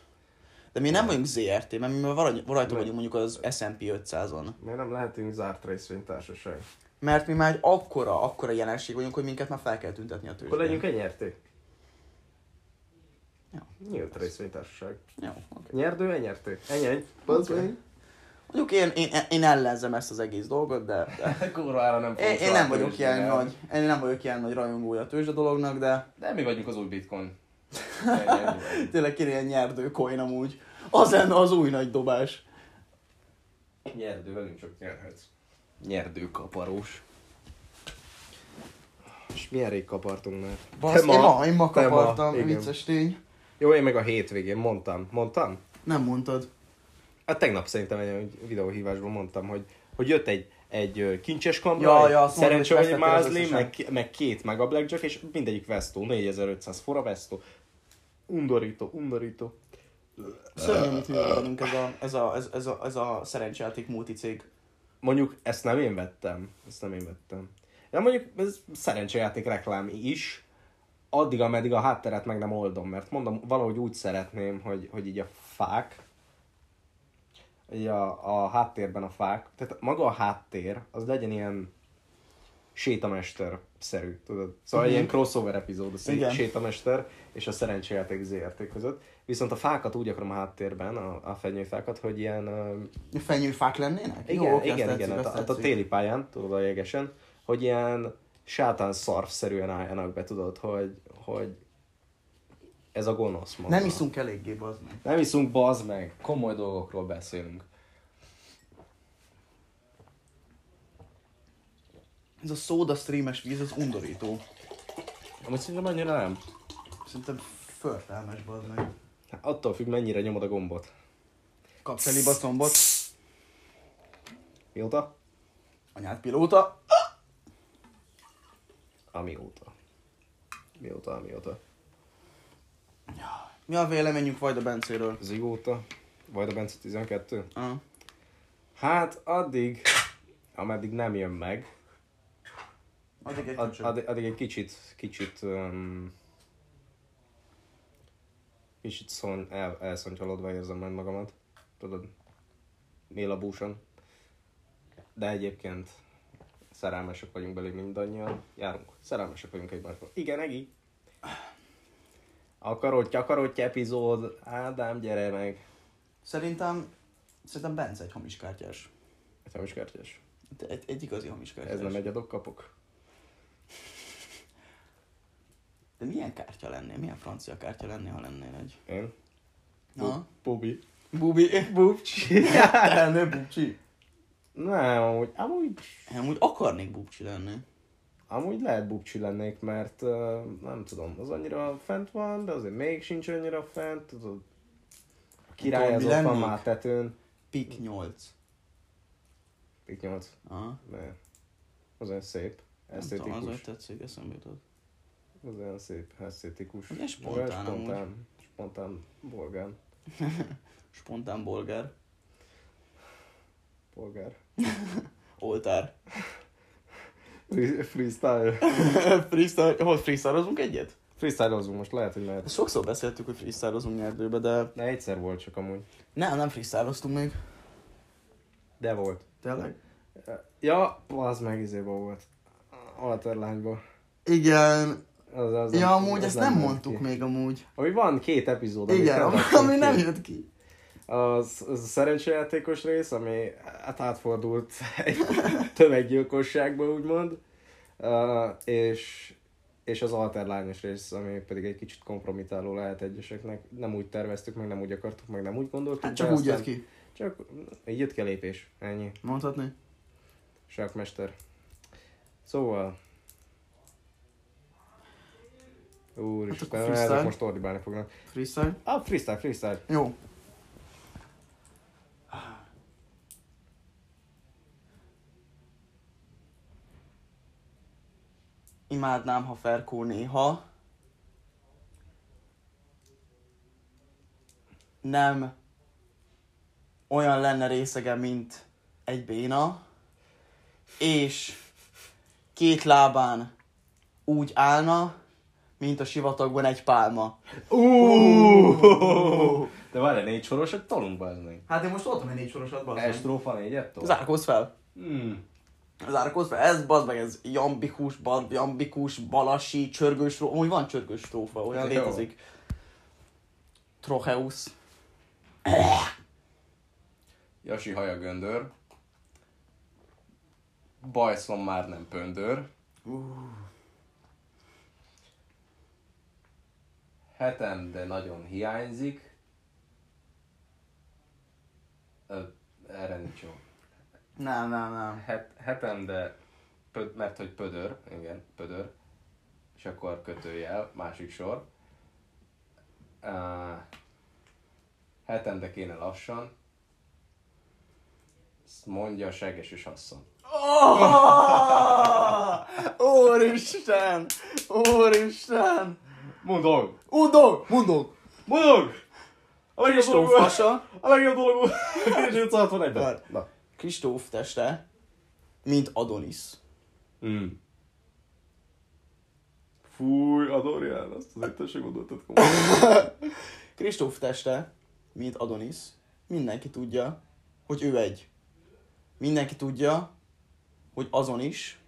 B: De mi nem vagyunk ZRT, mert mi már valahogy- rajta
A: Nem.
B: vagyunk mondjuk az S&P 500-on.
A: Miért nem lehetünk zárt részvénytársaság?
B: Mert mi már egy akkora, akkora jelenség vagyunk, hogy minket már fel kell tüntetni a tőzsdén.
A: Akkor legyünk egy NRT.
B: Ja.
A: Nyílt részvénytársaság.
B: Jó, oké.
A: Nyerdő, NRT. Ennyi, ennyi. Bazd meg.
B: Mondjuk én, én, én ellenzem ezt az egész dolgot, de, de
C: Kurvára nem
B: én,
C: fogsz
B: én, nem
C: rá
B: vagyok
C: tőzsdén
B: ilyen
C: el.
B: nagy, én nem vagyok ilyen nagy rajongója a tőzsde dolognak, de
C: De mi vagyunk az új bitcoin. Ennyi, ennyi.
B: tényleg kéne ilyen nyerdő coin amúgy. Az lenne az új nagy dobás.
C: Nyerdő, velünk csak nyerhetsz. Nyerdő kaparós.
A: És milyen rég kapartunk már?
B: Basz,
A: Te
B: én ma, én ma
A: te
B: kapartam,
A: igen.
B: vicces tény.
A: Jó, én meg a hétvégén mondtam. Mondtam?
B: Nem mondtad.
A: Hát tegnap szerintem egy videóhívásban mondtam, hogy, hogy jött egy, egy ö, kincses kamra,
B: Ja,
A: egy
B: ja, azt mondod,
A: szerencsé,
B: hogy
A: hogy
B: vesztettél az
A: mázli,
B: összesen.
A: meg, meg, két meg a blackjack, és mindegyik vesztó, 4500 fora vesztó. Undorító, undorító.
B: Szörnyű, mit művelünk ez a, ez a, ez, ez a, ez a szerencsejáték multicég.
A: Mondjuk ezt nem én vettem. Ezt nem én vettem. De mondjuk ez szerencsejáték reklám is. Addig, ameddig a hátteret meg nem oldom, mert mondom, valahogy úgy szeretném, hogy, hogy így a fák, így a, a háttérben a fák, tehát maga a háttér, az legyen ilyen sétamester-szerű, tudod? Szóval mm-hmm. ilyen crossover epizód, a
B: Igen.
A: Igen. sétamester és a szerencsejáték ZRT között. Viszont a fákat úgy akarom a háttérben, a, a fenyőfákat, hogy ilyen ö,
B: Fenyőfák lennének?
A: igen,
B: Jó,
A: Jó,
B: oké,
A: igen,
B: ezt
A: igen,
B: tetszik, ezt
A: hát a, hát a
B: tetszik.
A: téli pályán, tudod, a jegesen, hogy ilyen sátán szarvszerűen álljanak be, tudod, hogy, hogy ez a gonosz maga.
B: Nem iszunk eléggé, bazd meg.
A: Nem iszunk, bazd meg.
C: Komoly dolgokról beszélünk.
B: Ez a szóda streames víz, az undorító.
A: Amúgy szerintem annyira nem.
B: Szerintem förtelmes, bazd meg.
A: Hát Attól függ, mennyire nyomod a gombot.
B: Kapsz el ibacombot.
A: Mióta?
B: Anyád pilóta.
A: Amióta. Mióta, amióta.
B: Mi a véleményünk Vajda Bencéről?
A: Zigóta. Vajda Bence 12?
B: Ah.
A: Hát addig, ameddig nem jön meg,
B: Addig egy
A: Ad,
B: ad,
A: addig, addig egy kicsit, kicsit, um, kicsit szon, el, elszontyolodva érzem majd magamat. Tudod, mél a búson. De egyébként szerelmesek vagyunk belé mindannyian. Járunk, szerelmesek vagyunk egymásba. Igen, Egi. Akarodj, akarodj epizód. Ádám, gyere meg.
B: Szerintem, szerintem Bence egy hamiskártyás.
A: Ez nem is kertes.
B: Te- Egy, egy igazi hamiskártyás.
A: Ez nem egy adok kapok.
B: De milyen kártya lennél? Milyen francia kártya lennél, ha lennél egy?
A: Én?
B: Na?
A: Bobi.
B: Bubi. Bubcsi. Te lennél bubcsi?
A: Nem, amúgy, amúgy
B: Én amúgy akarnék bubcsi lenni.
A: Amúgy lehet bubcsi lennék, mert uh, nem tudom, az annyira fent van, de azért még sincs annyira fent, tudod. A király
B: Tudom,
A: az
B: mi
A: ott van
B: lennék?
A: már tetőn.
B: Pik 8.
A: Pik 8.
B: Ah.
A: Ne. Az olyan szép.
B: Nem tudom, az,
A: Esztétikus.
B: hogy tetszik, eszembe jutott.
A: Az olyan szép, esztétikus.
B: Ugye spontán
A: Olyan
B: amúgy.
A: spontán. Spontán. Bolgár.
B: Spontán bolgár.
A: Bolgár.
B: Oltár.
A: Free- Freestyle.
B: freestyle, hol freestylozunk egyet?
A: Freestylozunk most, lehet, hogy lehet.
B: Ezt sokszor beszéltük, hogy freestylozunk nyerdőbe, de
A: Na, egyszer volt csak amúgy.
B: nem, nem freestyloztunk még.
A: De volt.
B: Tényleg?
A: Ja, az meg izéba volt. Alterlányba.
B: Igen.
A: Az, az
B: Ja, amúgy
A: az
B: ezt nem
A: ment
B: mondtuk
A: ki.
B: még amúgy.
A: Ami van két epizód, amit
B: Igen,
A: raktunk
B: ami
A: ki.
B: nem jött ki.
A: az, az a szerencsejátékos rész, ami hát átfordult egy tömeggyilkosságba, úgymond, uh, és, és az alterlányos rész, ami pedig egy kicsit kompromitáló lehet egyeseknek. Nem úgy terveztük, meg nem úgy akartuk, meg nem úgy gondoltuk.
B: Hát
A: de
B: csak úgy
A: aztán
B: jött ki.
A: Csak így jött ki a lépés, ennyi.
B: Mondhatni?
A: Sarkmester. Szóval... Úristen,
B: Hát akkor
A: ezek
B: freestyle.
A: most ordibálni fognak.
B: Freestyle?
A: Ah, freestyle, freestyle.
B: Jó. Imádnám, ha Ferkó néha nem olyan lenne részege, mint egy béna, és két lábán úgy állna, mint a sivatagban egy pálma.
C: De várj, négy sorosat tolunk be
B: Hát én most voltam egy négy sorosat,
C: Egy strófa négyet tol?
B: Zárkózz fel.
C: Hmm.
B: Zárkózz fel. Ez bazd meg, ez jambikus, ba, jambikus, balasi, csörgős trófa. Amúgy van csörgős trófa, olyan
C: Jó.
B: létezik. Trocheus.
C: Jasi haja göndör. Bajszom már nem pöndör. Hetem, de nagyon hiányzik. Ö, erre nincs jó.
B: Nem, nem, nem.
C: Het, hetem, de pö, mert hogy pödör, igen, pödör, és akkor kötőjel, másik sor. Uh, hetem, de kéne lassan. Ezt mondja seges és asszon.
B: Oh! Úristen! Úristen!
C: Mondom!
B: Udog! Mundog!
C: Mondom! A
B: Kristóf fasa.
C: A legjobb dolog! 1961-ben.
B: Várj. Kristóf teste, mint Adonis.
C: Mm. Fúj, a Dorian, azt az te sem gondoltad komolyan.
B: Kristóf teste, mint Adonis, mindenki tudja, hogy ő egy. Mindenki tudja, hogy azon is.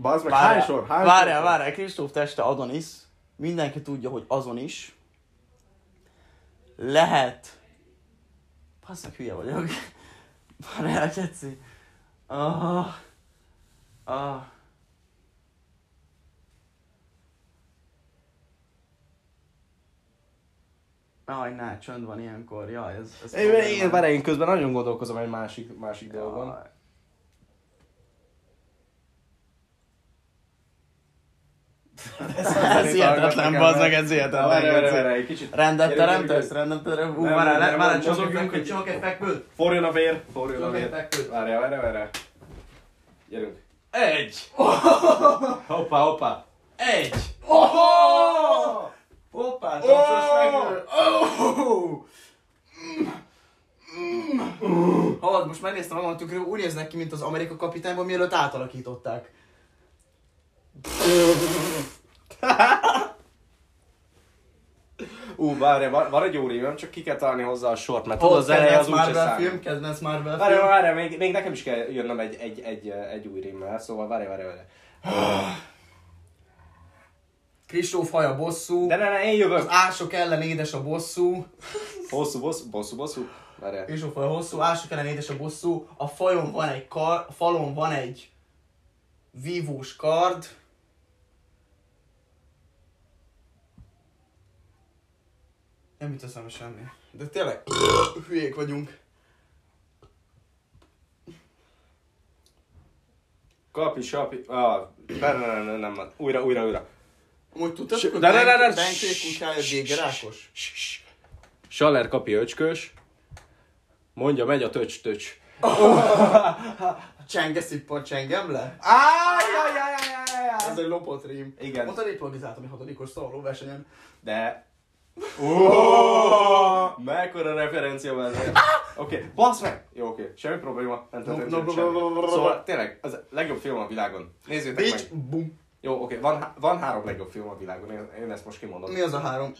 A: Bazd meg, hány
B: Várjál,
A: sor? Hány
B: várjál,
A: sor?
B: várjál, Kristóf teste, Adonis, mindenki tudja, hogy azon is. Lehet. Passzak, hülye vagyok. Várjál, Keci. Ah, ah. Aj, na, csönd van ilyenkor, jaj, ez... ez
A: Én, én, várj, én közben nagyon gondolkozom egy másik, másik dolgon.
B: Szóval Jaj. Ez hihetetlen, bazd meg, ez hihetetlen.
A: Várj, várj,
B: ez
A: várj, egy kicsit.
B: Rendet
A: Gyerünk,
B: teremtesz,
A: gyerünk.
B: rendet teremtesz. Ú,
A: Nem,
B: várjál,
A: nem, nem,
B: várjál,
A: mozogj,
B: csomag
A: működj.
B: effekt, csomag effektul.
A: Forjon a vér, forjon a vér.
B: Effektul.
A: Várjál, várjál, várjál. Gyerünk. Egy! Hoppá, hoppá. Egy!
B: Oh! Hoppá, tapsos meg. Oh! Mm. Mm. Hallod, most megnéztem magam a tükröbe, úgy néznek ki, mint az Amerika kapitányban, mielőtt átalakították.
A: Ú, várjál, van, van egy jó rémem, csak ki kell találni hozzá a sort, mert tudod,
B: Hol
A: az eleje az úgyse
B: Marvel
A: számít.
B: film, kedvenc Marvel
A: Várjál,
B: film.
A: várjál, még, még nekem is kell jönnöm egy, egy, egy, egy új rémmel, szóval várjál, várjál, várjál.
B: Kristóf haja bosszú.
A: De ne, ne, én
B: Az
A: jövök.
B: ások ellen édes a bosszú.
A: Bosszú, bosszú, bosszú, bosszú. Várjál.
B: Kristóf haja hosszú, ások ellen édes a bosszú. A fajon van egy kar, a falon van egy vívós kard. Nem jut eszembe semmi. De tényleg hülyék vagyunk.
A: Kapi, sapi, ah, ne, ne, ne, ne, nem, újra, újra, újra.
B: Amúgy tudtad,
A: S-
B: hogy
A: de- de- de- de-
B: Benk-
A: de-
B: Benkő kutyája gégerákos?
A: Saller kapi öcskös, mondja, megy a töcs, töcs.
B: Csengeszippar csengem le? Ez
A: Ájjajjajjajjajjaj!
B: egy lopott rím.
A: Igen.
B: Ott a improvizáltam egy hatodikos szóló versenyen.
A: De... Oh! Mekkora referencia van ez? Oké, okay, basz meg! Jó, oké, okay. semmi probléma, nem
B: No,
A: történt
B: no,
A: semmi.
B: no, no, no, no, no, no.
A: Szóval tényleg, az a legjobb film a világon. Nézzétek meg!
B: Bitch, bum.
A: Jó, oké, okay. van, há- van három legjobb film a világon, én, én ezt most kimondom.
B: Mi az a három?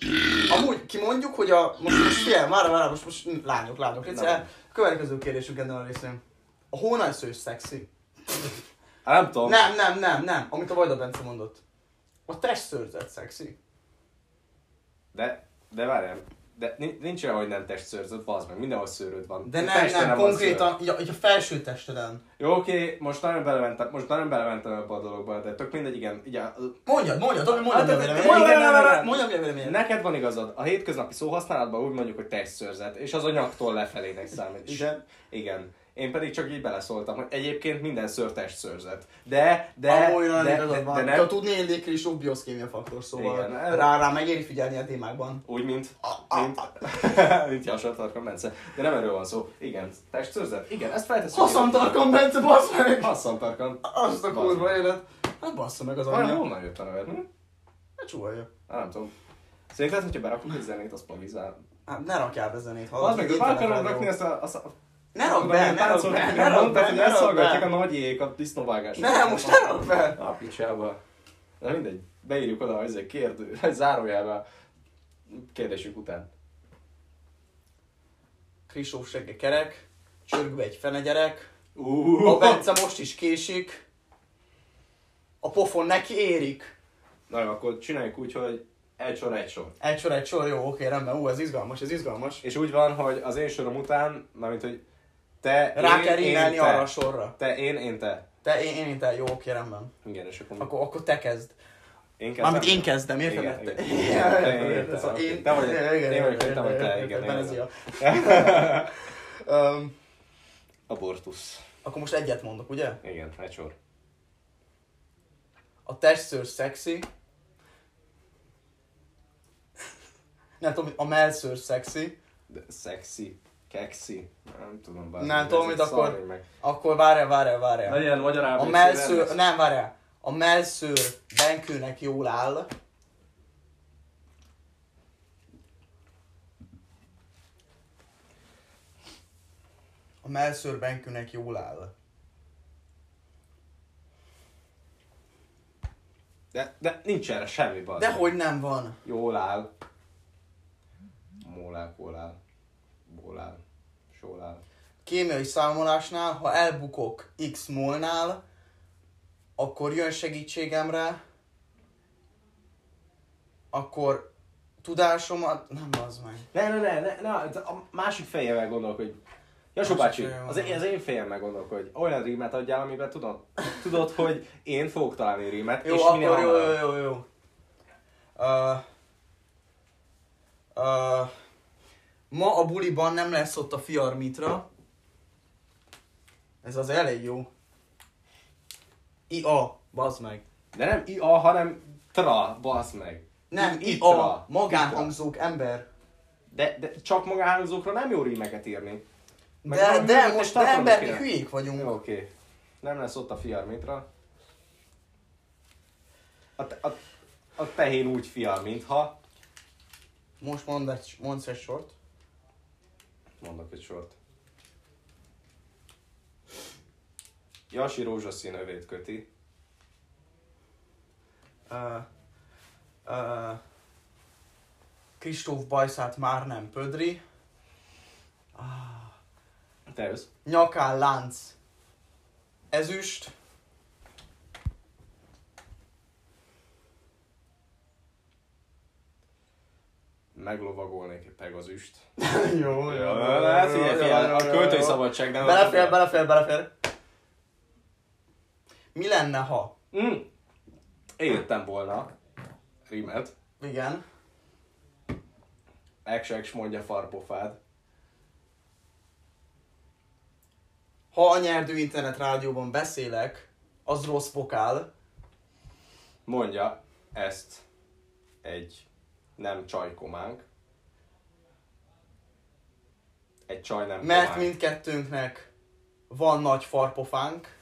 B: Amúgy kimondjuk, hogy a... Most, most figyelj, már, már, most, most lányok, lányok. Légy
A: Nem.
B: szíves. Következő kérdésünk ennél a részén. A hónajszős szexi.
A: Hát nem tudom.
B: Nem, nem, nem, nem. Amit a Vajda Bence mondott. A testszőrzet szexi.
A: De, de várjál. De ni- nincs olyan, hogy nem testszőrzött, bazd meg, mindenhol szőröd van.
B: De
A: A
B: nem,
A: testen
B: nem,
A: van
B: konkrétan,
A: szőr.
B: így a, így a felső testeden.
A: Jó, oké, okay, most nagyon belementem, most nagyon belementem ebbe a dologba, de tök mindegy, igen, igen.
B: Mondjad, mondjad, Tomi, mondjad
A: Hát,
B: mi a
A: de- de-
B: véleményed.
A: mondjad,
B: Igen, nem,
A: mondjad,
B: nem,
A: mondjad.
B: nem, Mondjad mi a véleményed.
A: Neked van igazad, a hétköznapi szóhasználatban úgy mondjuk, hogy testszőrzet, és az a nyaktól lefelének számít. Igen. Igen. Én pedig csak így beleszóltam, hogy egyébként minden szőr testszőrzet. De, de,
B: Amúgy
A: de,
B: nagyon
A: de,
B: igazad
A: de,
B: van.
A: de,
B: Te
A: nem
B: tudni illik is jobb bioszkémia faktor, szóval
A: Igen.
B: rá, rá megéri figyelni a témákban.
A: úgy, mint, mint, mint Jasontarka Bence. De nem erről van szó. Igen, testszőrzet. Igen, ezt felteszem.
B: Haszamtarkan, Bence, bassz meg!
A: Haszamtarkan.
B: Azt a kurva élet. Hát bassza meg az
A: Valami
B: anyja.
A: honnan jött a neved, hm?
B: Ne csúfolja.
A: Hát nem tudom. Szerinted, hogyha berakunk egy zenét, az plagizál.
B: Hát ne rakjál be zenét, hallod?
A: Az meg,
B: hogy
A: hogy fel
B: éppen
A: akarom
B: rádió.
A: rakni ezt a... Azt a
B: Ne rakd be, ne rakd be, ne rakd
A: Mondtad,
B: be,
A: hogy
B: ne rakd
A: elszolgatják a
B: be.
A: nagyjék a disznóvágás.
B: Ne, most ne rakd be.
A: A picsába. Na mindegy, beírjuk oda, hogy ez egy kérdő, egy zárójelbe kérdésük után.
B: Krisóf segge kerek, csörgve egy fene gyerek, a
A: Uh,
B: Bence most is késik, a pofon neki érik.
A: Na jó, akkor csináljuk úgy, hogy egy sor, egy sor.
B: Egy sor, egy sor, jó, oké, rendben, ú, ez izgalmas, ez izgalmas.
A: És úgy van, hogy az én sorom után, mármint, hogy te,
B: Rá
A: én,
B: kell
A: én,
B: rímelni
A: te.
B: arra a sorra.
A: Te, én, én, te.
B: Te, én, én, én, te, jó, oké, rendben.
A: Igen, és akkor,
B: Akkor, akkor te kezdd.
A: én kezdem.
B: Mármint én kezdem, érted?
A: Igen,
B: Te-
A: igen.
B: Igen,
A: Te-
B: igen,
A: én-
B: érted,
A: te-
B: szóval
A: oké.
B: én-
A: Te vagy-
B: igen, igen,
A: én vagyok,
B: igen,
A: te vagy te,
B: érted,
A: igen,
B: érted,
A: igen.
B: Benezia. Öm,
A: Abortusz.
B: Akkor most egyet mondok, ugye?
A: Igen, egy sor.
B: A testszőr szexi. Nem tudom, a melszőr szexi.
A: De szexi, keksi, nem tudom bár.
B: Nem tudom, mit akkor-
A: Meg.
B: Akkor várjál, várjál, várjál.
A: Legyen magyar
B: A
A: ABC
B: melszőr,
A: rendes.
B: nem várjál. A melszőr Benkőnek jól áll. A melszőr Benkőnek jól áll.
A: De, de nincs erre semmi baj.
B: De hogy nem van?
A: Jól áll. Mólál, kólál. Bólál. Sólál.
B: Kémiai számolásnál, ha elbukok X molnál, akkor jön segítségemre, akkor tudásomat... Nem, az meg.
A: Ne, ne, ne, ne, ne, a másik fejemmel gondolok, hogy Jasó
B: Másik
A: bácsi,
B: fejemmel
A: az, én- az én fejemmel gondolok, hogy olyan rímet adjál, amiben tudod, tudod, hogy én fogok találni rímet,
B: Jó,
A: és
B: akkor
A: minél
B: jó, jó,
A: hamarabb.
B: jó, jó. Uh, uh, ma a buliban nem lesz ott a fiarmitra. Ez az elég jó. I-A, bazd meg.
A: De nem ia, hanem tra, basz meg.
B: Nem,
A: Itt
B: I-A,
A: a-
B: magánhangzók ember.
A: De, de csak magánhangzókra nem jó rímeket írni. Meg
B: De,
A: valami
B: de
A: rímet
B: most
A: is tartalmi
B: ember, mi
A: kéne.
B: hülyék
A: Jó,
B: vagyunk.
A: oké. Nem lesz ott a fiarmitra. A, te- a, a tehén úgy fiar, mintha...
B: Most mondd egy, mondsz egy sort.
A: Mondok egy sort. Jasi rózsaszín övét köti.
B: Uh, uh, Kristóf Bajszát már nem pödri.
A: Te jössz.
B: Nyakán lánc. Ezüst.
A: Meglovagolnék egy pegazüst.
B: jó,
A: Hát figyelj, figyelj, a költői szabadság nem...
B: Belefér, belefér, belefér. Mi lenne, ha?
A: Mm. Értem volna. Rimet.
B: Igen.
A: Ex-ex mondja farpofád.
B: Ha a nyerdő internet rádióban beszélek, az rossz vokál.
A: Mondja ezt egy nem csajkománk. Egy csaj nem
B: Mert
A: kománk.
B: mindkettőnknek van nagy farpofánk.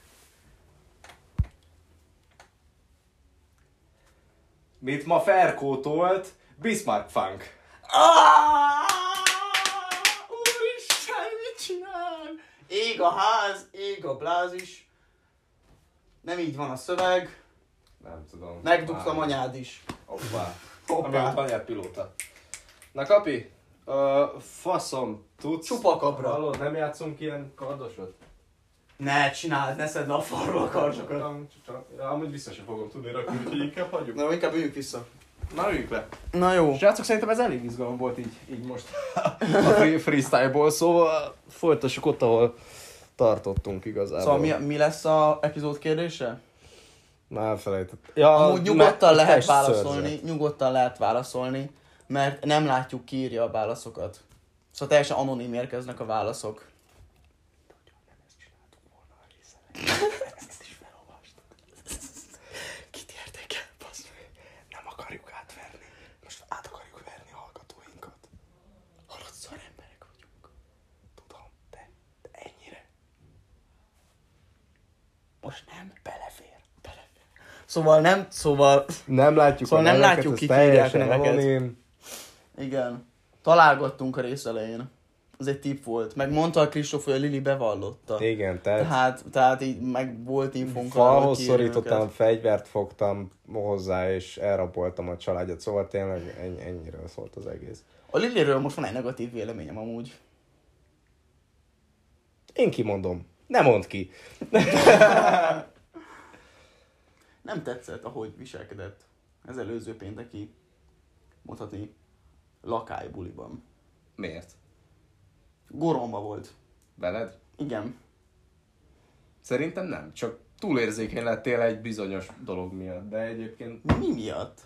A: Mint ma felkótolt Bismarck Funk.
B: Ah! Úristen, mit csinál? Ég a ház, ég a blázis. Nem így van a szöveg.
A: Nem tudom.
B: Megdugtam
A: Már-
B: anyád is.
A: Hoppá.
B: Hoppá.
A: Hoppá. Ami pilóta. Na kapi, ö, faszom, tudsz?
B: Csupa kapra.
D: Hallod, nem játszunk ilyen kardosot?
B: Ne, csináld, ne szedd le a falról a karzsokat.
D: Csak- csak- Amúgy vissza sem fogom tudni rakni, úgyhogy inkább hagyjuk.
B: Na, inkább üljük vissza.
A: Na üljük le.
B: Na jó.
D: Srácok, szerintem ez elég izgalom volt így, így most a free, freestyle-ból, szóval folytassuk ott, ahol tartottunk igazából.
B: Szóval mi, mi lesz a epizód kérdése?
D: Már elfelejtettem. Ja,
B: Amúgy nyugodtan
D: me-
B: lehet
D: test
B: válaszolni,
D: szörzet.
B: nyugodtan lehet válaszolni, mert nem látjuk ki írja a válaszokat. Szóval teljesen anonim érkeznek a válaszok. Kit értek el, basz meg?
D: Nem akarjuk átverni. Most át akarjuk verni a hallgatóinkat.
B: Halott szar emberek vagyunk.
D: Tudom, de, de ennyire
B: Most nem.
D: belefér.
B: Szóval nem, szóval...
D: Nem látjuk
B: Szóval
D: a
B: nem
D: neveket,
B: látjuk,
D: ez
B: kik írják
D: teljesen
B: neveket.
D: anonim.
B: Igen. Találgattunk a rész elején. Ez egy tipp volt. Meg mondta a Kristóf, hogy a Lili bevallotta.
D: Igen,
A: Hát,
D: tehát
B: Tehát, Hát, tehát így meg volt infónk arról,
D: falhoz
B: hogy kiírni
D: szorítottam,
B: őket.
D: fegyvert fogtam hozzá, és elraboltam a családját, szóval tényleg ennyi, ennyiről szólt az egész.
B: A Liliről most van egy negatív véleményem amúgy.
D: Én kimondom. Ne mondd ki.
B: Nem tetszett, ahogy viselkedett ez előző pénteki, mondhatni, lakálybuliban.
A: Miért?
B: Goromba volt.
A: Veled?
B: Igen.
A: Szerintem nem, csak túlérzékeny lettél egy bizonyos dolog miatt, de egyébként
B: Mi miatt?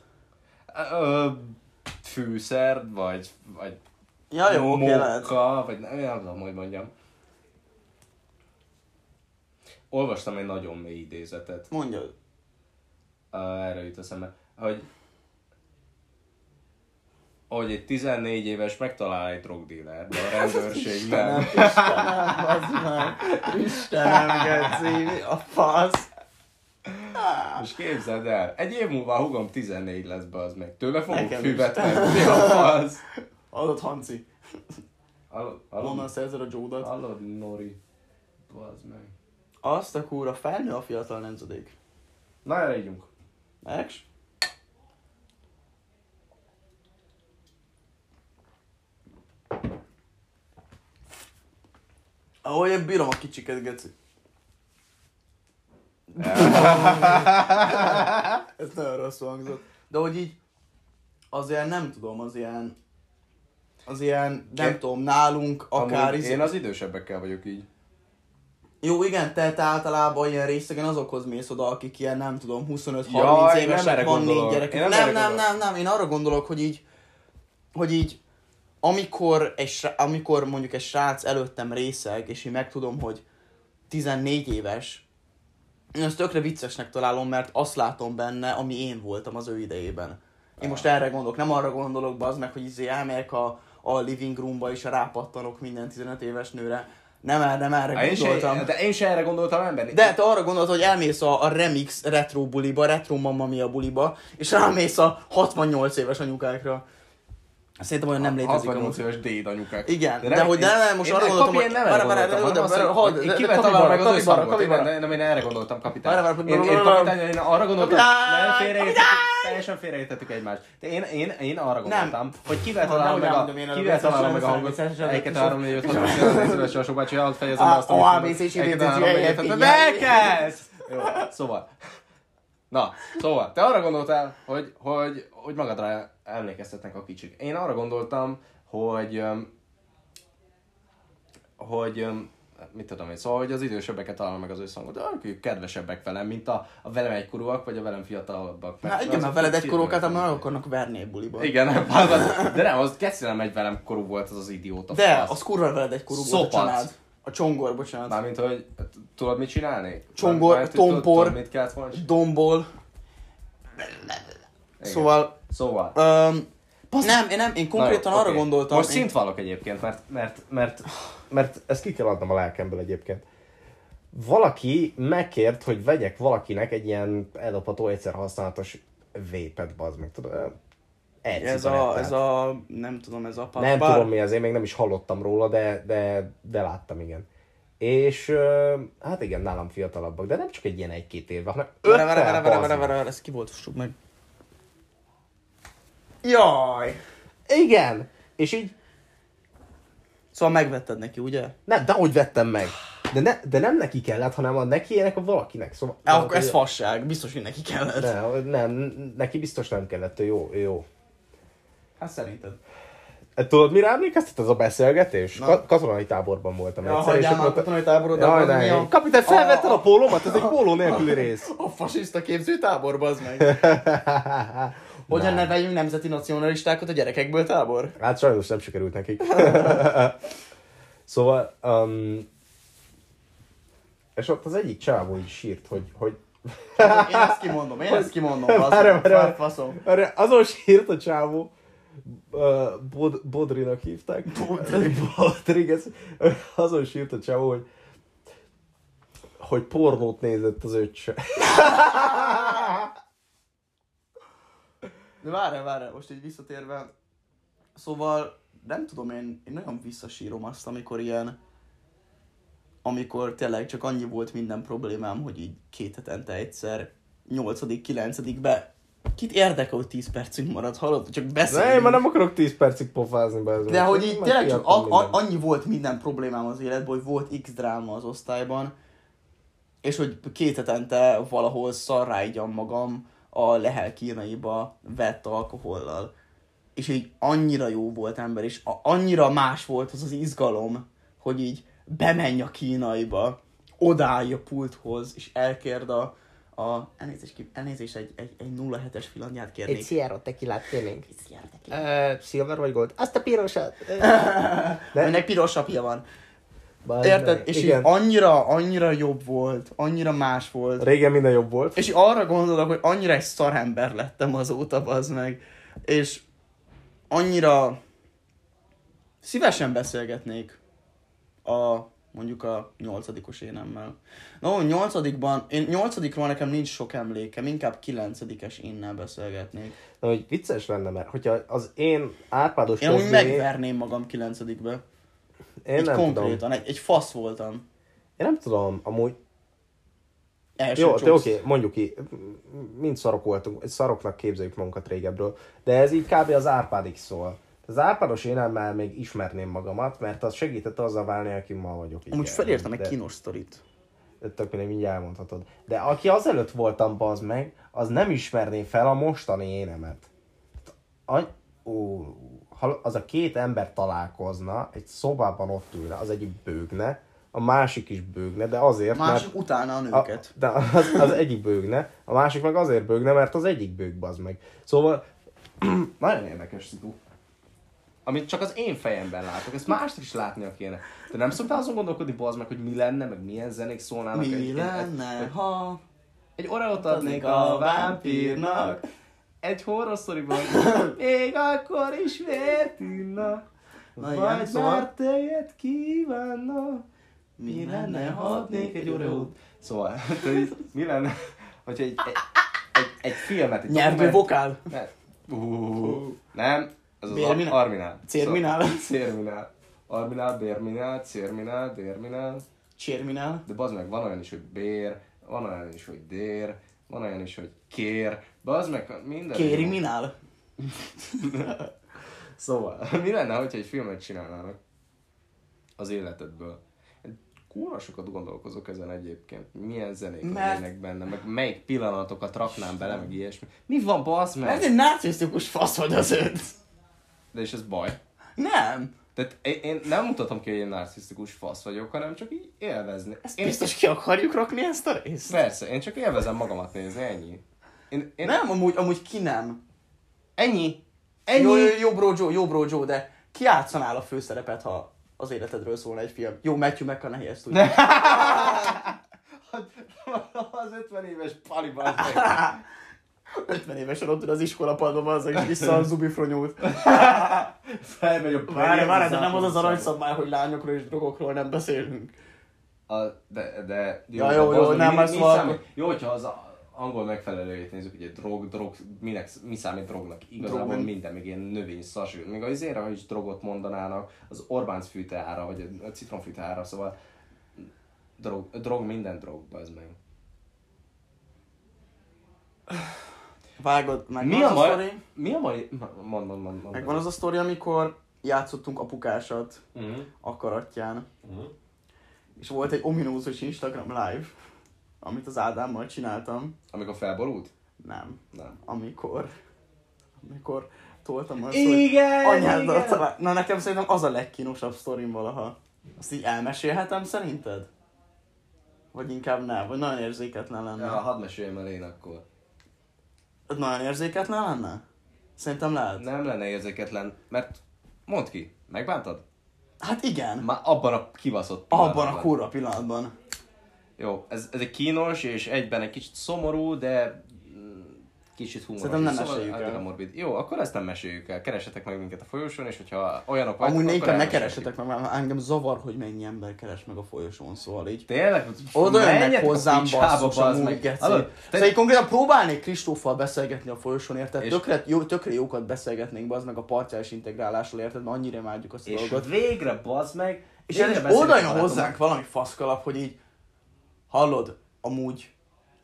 A: ö, fűszer, vagy, vagy
B: Ja, jó, oké, lehet.
A: móka, vagy nem, nem tudom, hogy mondjam. Olvastam egy nagyon mély idézetet,
B: Mondja,
A: Á, erre jut eszembe, hogy hogy egy 14 éves megtalál egy drogdíler, de a rendőrség nem.
B: Istenem, az meg. Istenem, geci, mi a fasz.
A: És képzeld el, egy év múlva a hugom 14 lesz be az meg. Tőle fogunk
B: Nekem
A: füvet
B: is.
A: venni. Mi a fasz?
B: Adott Hanci.
A: Hallod-
B: Honnan
A: Hallod,
B: szerzed a Jódat?
A: hallod Nori? Bazd meg.
B: Azt a kúra felnő a fiatal nemzedék.
A: Na, erre ígyunk.
B: Ex? Ahogy én bírom a kicsiket, geci. Ez nagyon rosszul hangzott. De hogy így, az ilyen nem tudom, az ilyen, az ilyen, nem
A: Én-
B: tudom, nálunk akár
A: Amúgy
B: izé-
A: Én az idősebbekkel vagyok így.
B: jó, igen, te, te általában ilyen részegen azokhoz mész oda, akik ilyen, nem tudom, 25-30
A: Jaj, nem
B: évesek,
A: erre
B: van
A: gondolok.
B: négy gyerekük.
A: Én
B: Nem,
A: nem
B: nem,
A: erre
B: nem,
A: gondolok.
B: nem, én arra gondolok, hogy így, hogy így, amikor, egy, srá- amikor mondjuk egy srác előttem részeg, és én megtudom, hogy 14 éves, én azt tökre viccesnek találom, mert azt látom benne, ami én voltam az ő idejében. Én most erre gondolok, nem arra gondolok be az meg, hogy izé elmegyek a, a living roomba és rápattanok minden 15 éves nőre. Nem, erre- nem erre
A: Há, Én
B: gondoltam.
A: se, de én se erre gondoltam ember.
B: De te arra gondolod, hogy elmész a, a Remix retro buliba, retro mamma mia buliba, és rámész a 68 éves anyukákra. Szerintem olyan nem létezik
A: 68
B: amúgy.
A: éves déd anyukák.
B: Igen, de
A: nem-
B: hogy de nem, most
A: én
B: arra
A: nem,
B: gondoltam,
A: Kapi,
B: hogy-
A: én nem erre
B: várj, várj,
A: gondoltam,
B: várj,
A: hanem
B: várj,
A: azt,
B: hold,
A: hogy
B: de- de
A: kivettem
B: Kapi
A: arra
B: barát,
A: az
B: Kapi
A: összhangot.
B: barát, Kapi
A: Én- nem-
B: barát.
A: Nem, én erre gondoltam, kapitány.
B: Várj, várj,
A: Én, én,
B: blablabla.
A: kapitány, én arra gondoltam,
B: Kapitány!
A: nem félreértettük, teljesen félreértettük egymást. De én, én, én arra gondoltam, hogy kivel
B: Ha,
A: találom
B: nehogy
A: meg a,
B: elmondom én előbb,
A: kivel találom meg a
B: vicces,
A: hangot.
B: vicces, vicces,
A: Egyet,
B: vicces.
A: három, négy, öt, hat, nyolc, kilenc, tíz, tizenegy, hogy csak fejezem
B: Á,
A: azt, amit
B: ó,
A: mondom.
B: ABC,
A: Egyet,
B: CD,
A: három, négy, öt,
B: F,
A: hat,
B: I,
A: Bekezd! Jó, szóval. Na, szóval, te arra gondoltál, hogy, hogy, hogy magadra emlékeztetnek a kicsik. Én arra gondoltam, hogy öm, hogy öm, mit tudom én, szóval, hogy az idősebbeket találom meg az összhangot, de ők kedvesebbek velem, mint a, a velem egykorúak, vagy a velem fiatalabbak.
B: Hát igen,
A: azok
B: mert veled
A: így
B: egy korókát
A: fiatalok.
B: már akarnak verni egy buliba.
A: Igen, nem, az- de nem, az kecére megy velem korú volt az az idióta.
B: De,
A: fasz.
B: az kurva veled egy korú volt a
A: Szopac.
B: család. A csongor, bocsánat.
A: Mármint, hogy tudod mit csinálni?
B: Csongor,
A: Mármint, hogy tudod-
B: tompor.
A: tudod, mit kellett volna csinálni?
B: Dombol.
A: Igen.
B: Szóval,
A: Szóval.
B: öm, nem, én nem, én konkrétan
A: Na jó,
B: arra
A: oké.
B: gondoltam.
A: Most
B: én-
A: szint valok egyébként, mert, mert, mert
D: Mert ezt ki kell adnom a lelkemből egyébként. Valaki megkért, hogy vegyek valakinek egy ilyen eldobható egyszer használatos vépet, bazd meg, tudod? Egy
B: Ez
D: cigarettát.
B: a, ez a, nem tudom, ez a pap
D: Nem
B: bar.
D: tudom mi az, én még nem is hallottam róla, de, de, de láttam, igen.
A: És ö, hát igen, nálam fiatalabbak, de nem csak egy ilyen egy-két évvel, hanem
B: Várj, várj, várj,
A: öttel,
B: várj,
A: bazd
B: várj,
A: meg.
B: várj, ezt kiboltossuk meg. Jaj!
A: Igen! És így,
B: Szóval megvetted neki, ugye?
A: nem, de hogy vettem meg. De, ne, de nem neki kellett, hanem a neki ennek a valakinek. Szóval,
B: Á, akkor ez fasság, biztos, hogy neki kellett.
A: nem, nem, neki biztos nem kellett, ő jó, ő jó.
B: Hát szerinted.
A: Hát Tudod, mire emlékeztet ez a beszélgetés?
B: Na.
A: Ka- katonai táborban voltam
B: Ja,
A: egyszer, és
B: hagyjál
A: ott
B: már a
A: mondta...
B: katonai táborod,
A: Jaj, ne, a... Kapitány, felvetted a,
B: a-
A: pólómat? Ez egy póló nélküli rész.
B: A fasiszta képző tábor, bazd meg. Hogyan
A: Nem.
B: neveljünk nemzeti nacionalistákat a gyerekekből tábor?
A: Hát sajnos nem sikerült nekik. szóval, um, és ott az egyik csávó így sírt, hogy, hogy
B: Hát Én ezt kimondom, én ezt kimondom, bazd
A: Várj,
B: meg.
A: várj, várj.
B: Fár- Faszom.
A: Erre azon sírt a csávó, ö, Bod- Bodrinak hívták.
B: Bodri.
A: Bodri, ez, azon sírt a csávó, hogy, hogy pornót nézett az öccse.
B: De várj, várj, most így visszatérve. Szóval, nem tudom, én, én nagyon visszasírom azt, amikor ilyen, amikor tényleg csak annyi volt minden problémám, hogy így két hetente egyszer, nyolcadik, kilencedikbe, kit érdekel, hogy 10 percünk marad, hallod? Csak
A: Ne, én
B: beszélünk.
A: már nem akarok 10 percig pofázni be ezzel.
B: De hogy így
A: Már
B: tényleg csak
A: kiadtam
B: a, a,
A: mindent.
B: annyi volt minden problémám az életből, hogy volt X dráma az osztályban, és hogy két hetente valahol szarrágyam magam a lehel kínaiba vett alkohollal. És így annyira jó volt ember, és a, annyira más volt az az izgalom, hogy így bemenj a kínaiba, odállj a pulthoz, és elkérd a, a elnézést, ki- elnézést egy, egy, egy 07-es filanját kérnék.
E: Sierra tequilát kérnénk.
B: Egy szia, neki.
E: Uh, silver vagy gold? Azt a pirosat.
A: De-
B: Aminek piros sapja van.
A: Bazd
B: Érted?
A: meg.
B: És így
A: Igen.
B: annyira, annyira jobb volt, annyira más volt.
A: Régen minden jobb volt.
B: És így arra gondolok, hogy annyira egy szarember lettem azóta, az meg. És annyira szívesen beszélgetnék a mondjuk a nyolcadikos énemmel. No, nyolcadikban, én nyolcadikról nekem nincs sok emlékem, inkább kilencedikes énnel beszélgetnék.
A: Na, hogy vicces lenne, mert hogyha az én Árpádos
B: Én úgy
A: Kozmi-
B: megverném magam kilencedikbe.
A: én
B: Így
A: nem
B: konkrétan,
A: tudom.
B: Egy, egy fasz voltam.
A: Én nem tudom, amúgy
B: Első
A: Jó,
B: csúsz.
A: te oké, mondjuk ki, mind szarok voltunk, szaroknak képzeljük magunkat régebről, de ez így kb. az Árpádig szól. Az Árpádos énemmel még ismerném magamat, mert az segített azzal válni, aki ma vagyok. Igen,
B: Amúgy felírtam egy
A: de,
B: kínos sztorit.
A: de Tök mindegy, mindjárt elmondhatod. De aki azelőtt voltam, bazd meg, az nem ismerné fel a mostani énemet. Any- Ó, ha az a két ember találkozna, egy szobában ott ülne, az egyik bőgne, a másik is bőgne, de azért, mert...
B: Másik utána a nőket.
A: A, de az, az egyik bőgne, a másik meg azért bőgne, mert az egyik bőg bazd meg. Szóval nagyon érdekes szitu.
C: Amit csak az én fejemben látok, ezt másnak is látnia kéne. Te nem szoktál azon gondolkodni, bazd meg, hogy mi lenne, meg milyen zenék szólnának? egy-
B: Mi
C: egy-
B: lenne,
C: Egy,
B: ha...
C: egy oreót adnék a vámpírnak, egy horror sztoriban, még akkor is vért inna,
B: Na igen,
C: vagy
B: szóval-
C: már tejet kívánna. Mi lenne, ha adnék egy óreót? Szóval, hogy mi lenne, hogyha egy, egy, egy, egy filmet... Egy
B: Nyelvből vokál.
C: Ne. Ú, nem, ez az
B: Bérminál?
C: Bérminál? Arminál.
B: Cérminál?
C: Szóval- Cérminál. Arminál, Bérminál, Cérminál, Dérminál.
B: Csérminál.
C: De bazd meg, van olyan is, hogy Bér, van olyan is, hogy Dér, van olyan is, hogy Kér. Bazd meg, minden.
B: Kéri minál.
C: Szóval, mi lenne, hogyha egy filmet csinálnának az életedből? Kurva sokat gondolkozok ezen egyébként. Milyen zenék
B: Mert-
C: lennének benne, meg melyik pillanatokat raknám bele, meg ilyesmi. Mi van, basz
B: Ez
C: meg?
B: egy narcisztikus fasz vagy az öt.
C: De és ez baj.
B: Nem.
C: Tehát én- én nem mutatom ki, hogy én narcisztikus fasz vagyok, hanem csak így élvezni.
B: Ezt
C: én,
B: biztos ki akarjuk rakni ezt a részt?
C: Persze, én csak élvezem magamat nézni, ennyi. Én, én,
B: Nem, amúgy, amúgy ki nem.
C: Ennyi.
B: Ennyi.
C: Ennyi.
B: Jó, jó, jó, bro, Joe, jó, bro, Joe, de ki játszanál a főszerepet, ha az életedről szólna egy film? Jó, Matthew McConaughey ezt tudja.
C: Az 50 éves pali bazd meg.
B: 50 évesen ott ül az iskolapadban, az és vissza a zubifronyót.
C: Felmegy a
B: Várj, várj, de nem az az aranyszabály, hogy lányokról és drogokról nem beszélünk.
C: A, de, de,
B: Ja,
C: de
B: jó, jó,
C: bazd meg,
B: nem,
C: mi-
B: az
C: mi
B: van.
C: számít? Jó, hogyha az a- angol megfelelőjét nézzük, ugye drog, drog, minek, mi számít drognak? Igazából
B: Drog, mi?
C: minden, még ilyen növény szasül. Még az izére, hogy is drogot mondanának, az Orbánc fűteára, vagy a citromfűteára, szóval
A: Drog, drog minden drog, az meg.
B: Vágod, meg
A: Mi a,
B: Hát az a
A: baj?
B: sztori?
A: Mi a baj? Mond, mond, mond. mond.
B: Megvan az a sztori, amikor játszottunk apukásat
A: Mhm.
B: akaratján,
F: Mhm.
B: és volt egy ominózus Instagram live, amit az Ádámmal csináltam.
A: Amikor felborult?
B: Nem.
A: Nem.
B: Amikor... Amikor toltam azt, hogy
A: Igen!
B: anyáddal talál... Na nekem szerintem az a legkínosabb sztorim valaha. Azt így elmesélhetem szerinted? Vagy inkább nem, vagy nagyon érzéketlen lenne.
A: Ja, hadd meséljem el én akkor.
B: Nagyon érzéketlen lenne? Szerintem lehet.
A: Nem lenne érzéketlen, mert mondd ki, megbántad?
B: Hát igen.
A: Már abban a kibaszott
B: Abban a
A: pillanatban.
B: kurva pillanatban.
A: Jó, ez, ez egy kínos és egyben egy kicsit szomorú, de mm, kicsit humoros.
B: Szerintem nem
A: És szóval
B: meséljük el.
A: annyira morbid. Jó, akkor ezt nem meséljük el. Keresetek meg minket a folyosón, és hogyha olyanok vagytok,
B: Amúgy ne inkább ne
A: elmesélhetjük.
B: keresetek meg, mert engem zavar, hogy mennyi ember keres meg a folyosón, szóval így.
A: Tényleg?
B: Oda jönnek
A: Menjetek a
B: hozzám
A: picsába,
B: basszus
A: bazd
B: amúgy,
A: meg.
B: geci.
A: Hallod?
B: Szóval így konkrétan próbálnék Kristóffal beszélgetni a folyosón, érted?
A: És-
B: Tökre, jó, tökre jókat beszélgetnénk, bazd meg a parciális integrálásról, érted? Mert annyira imádjuk azt a
A: És
B: dolgot.
A: végre bazd meg.
B: És
A: végre
B: ez
A: beszélek
B: oda
A: a
B: jön
A: barátommal.
B: hozzánk valami faszkalap, hogy így hallod, amúgy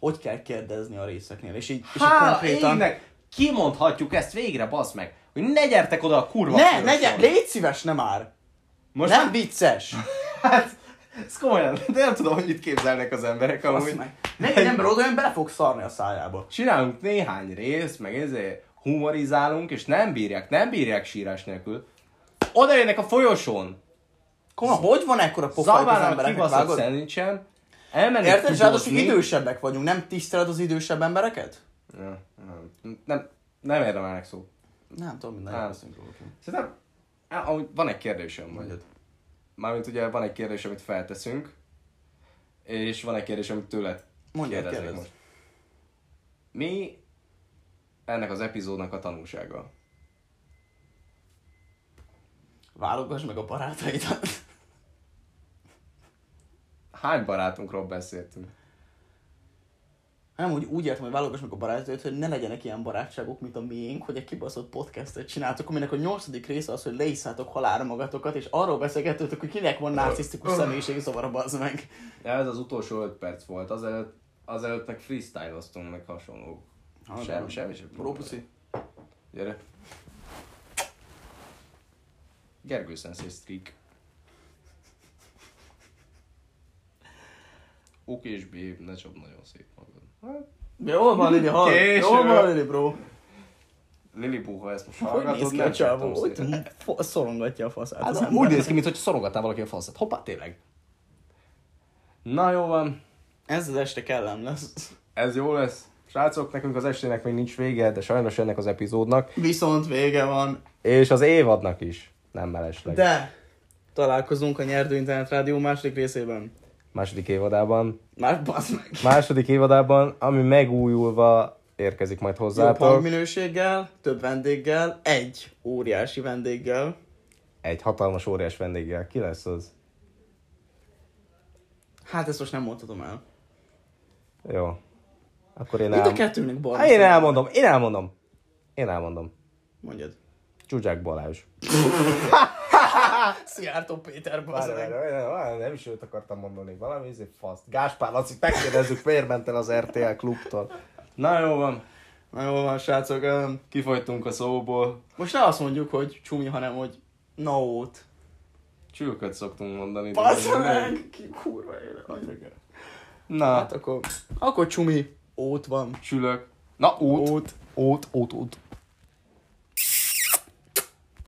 B: hogy kell kérdezni a részeknél, és így, és így
A: Hála
B: konkrétan...
A: égnek! Kimondhatjuk ezt végre, bazd meg! Hogy ne gyertek oda a kurva
B: Ne,
A: folyosón.
B: ne, gyere, légy szíves, nem már!
A: Most
B: nem vicces!
A: Hát, ez komolyan, de nem tudom, hogy mit képzelnek az emberek amúgy.
B: Azt meg. Még egy ember oda jön, bele fog szarni a szájába.
A: Csinálunk néhány részt, meg ezért humorizálunk, és nem bírják, nem bírják sírás nélkül. Oda jönnek a folyosón,
B: Komolyan, hogy van ekkora pofájuk az
A: zavarnak
B: embereknek,
A: kibaszott
B: vágod?
A: szendvicsen, elmennek
B: Érted? És ráadásul
A: futózni.
B: idősebbek vagyunk, nem tiszteled az idősebb embereket?
A: Ja, nem, nem, nem érdemelnek szó.
B: Nem tudom, minden
A: Nem.
B: beszélünk róla.
A: Szerintem, á, amúgy van egy kérdésem, vagy
B: Mondjad.
A: Mármint ugye van egy kérdés, amit felteszünk, és van egy kérdés, amit tőled
B: Mondjad,
A: kérdezek
B: kérdezd.
A: most. Mi ennek az epizódnak a tanulsága?
B: Válogass meg a barátaidat.
A: Hány barátunkról beszéltünk?
B: Nem úgy, úgy értem, hogy válogass meg a barátaidat, hogy ne legyenek ilyen barátságok, mint a miénk, hogy egy kibaszott podcastet csináltok, aminek a nyolcadik része az, hogy leiszálltok halálra magatokat, és arról beszélgetőtök, hogy kinek van narcisztikus személyiségzavara, bazd meg.
A: Ja, ez az utolsó 5 perc volt, azelőtt, azelőtt meg freestyle-oztunk, meg hasonló.
B: Ah,
A: Semmi, semmi sem.
B: Rópuszi.
A: Gyere. Gergő Sensei Streak. Ok és B, ne csapd nagyon szép magad. Hát,
B: Jól van, Lili, hallod?
A: Késő.
B: Jól van, Lili, bro.
A: Lili Puha, ezt most
B: Hogy
A: hallgatod,
B: néz ki Hát,
A: nem
B: a csávó?
A: csaptam szét.
B: Hogy fo- szorongatja a faszát
A: Hát
B: az
A: az
B: ember.
A: úgy néz ki, mintha szorongatnál valaki a faszát. Hoppá, tényleg. Na jó van,
B: Ez az este kellem lesz.
A: ez jó lesz. Srácok, nekünk az estének még nincs vége, de sajnos ennek az epizódnak,
B: Viszont vége van.
A: és az évadnak is. Nem mellesleg.
B: De találkozunk a Nyerdő Internet Rádió második részében.
A: Második évadában.
B: Már basz meg.
A: Második évadában, ami megújulva érkezik majd
B: Jobb
A: hozzátok.
B: hangminőséggel, több vendéggel, egy óriási vendéggel.
A: Egy hatalmas óriás vendéggel. Ki lesz az?
B: Hát ezt most nem mondhatom el.
A: Jó. Akkor én,
B: Mind a
A: el...
B: kettőnek barna.
A: Hát én elmondom, én elmondom. Én elmondom.
B: Mondjad.
A: Csuzsák Balázs.
B: Szijjártó Péter,
A: Várj,
B: bazd
A: várj,
B: meg.
A: várj, várj, nem is őt akartam mondani, valami izé faszt. Gáspár Laci, megkérdezzük, miért ment el az RTL klubtól. Na jó van,
B: Na jól van, srácok. öm,
A: kifolytunk a szóból.
B: Most ne azt mondjuk, hogy csumi, hanem hogy naót.
A: Csülköt szoktunk mondani. de
B: Bazd
A: nem.
B: meg! Ki kurva élet. Anyagá.
A: Na,
B: Hát akkor, akkor csumi, ót van.
A: csülök. Na, út.
B: Ót.
A: Út, út, út.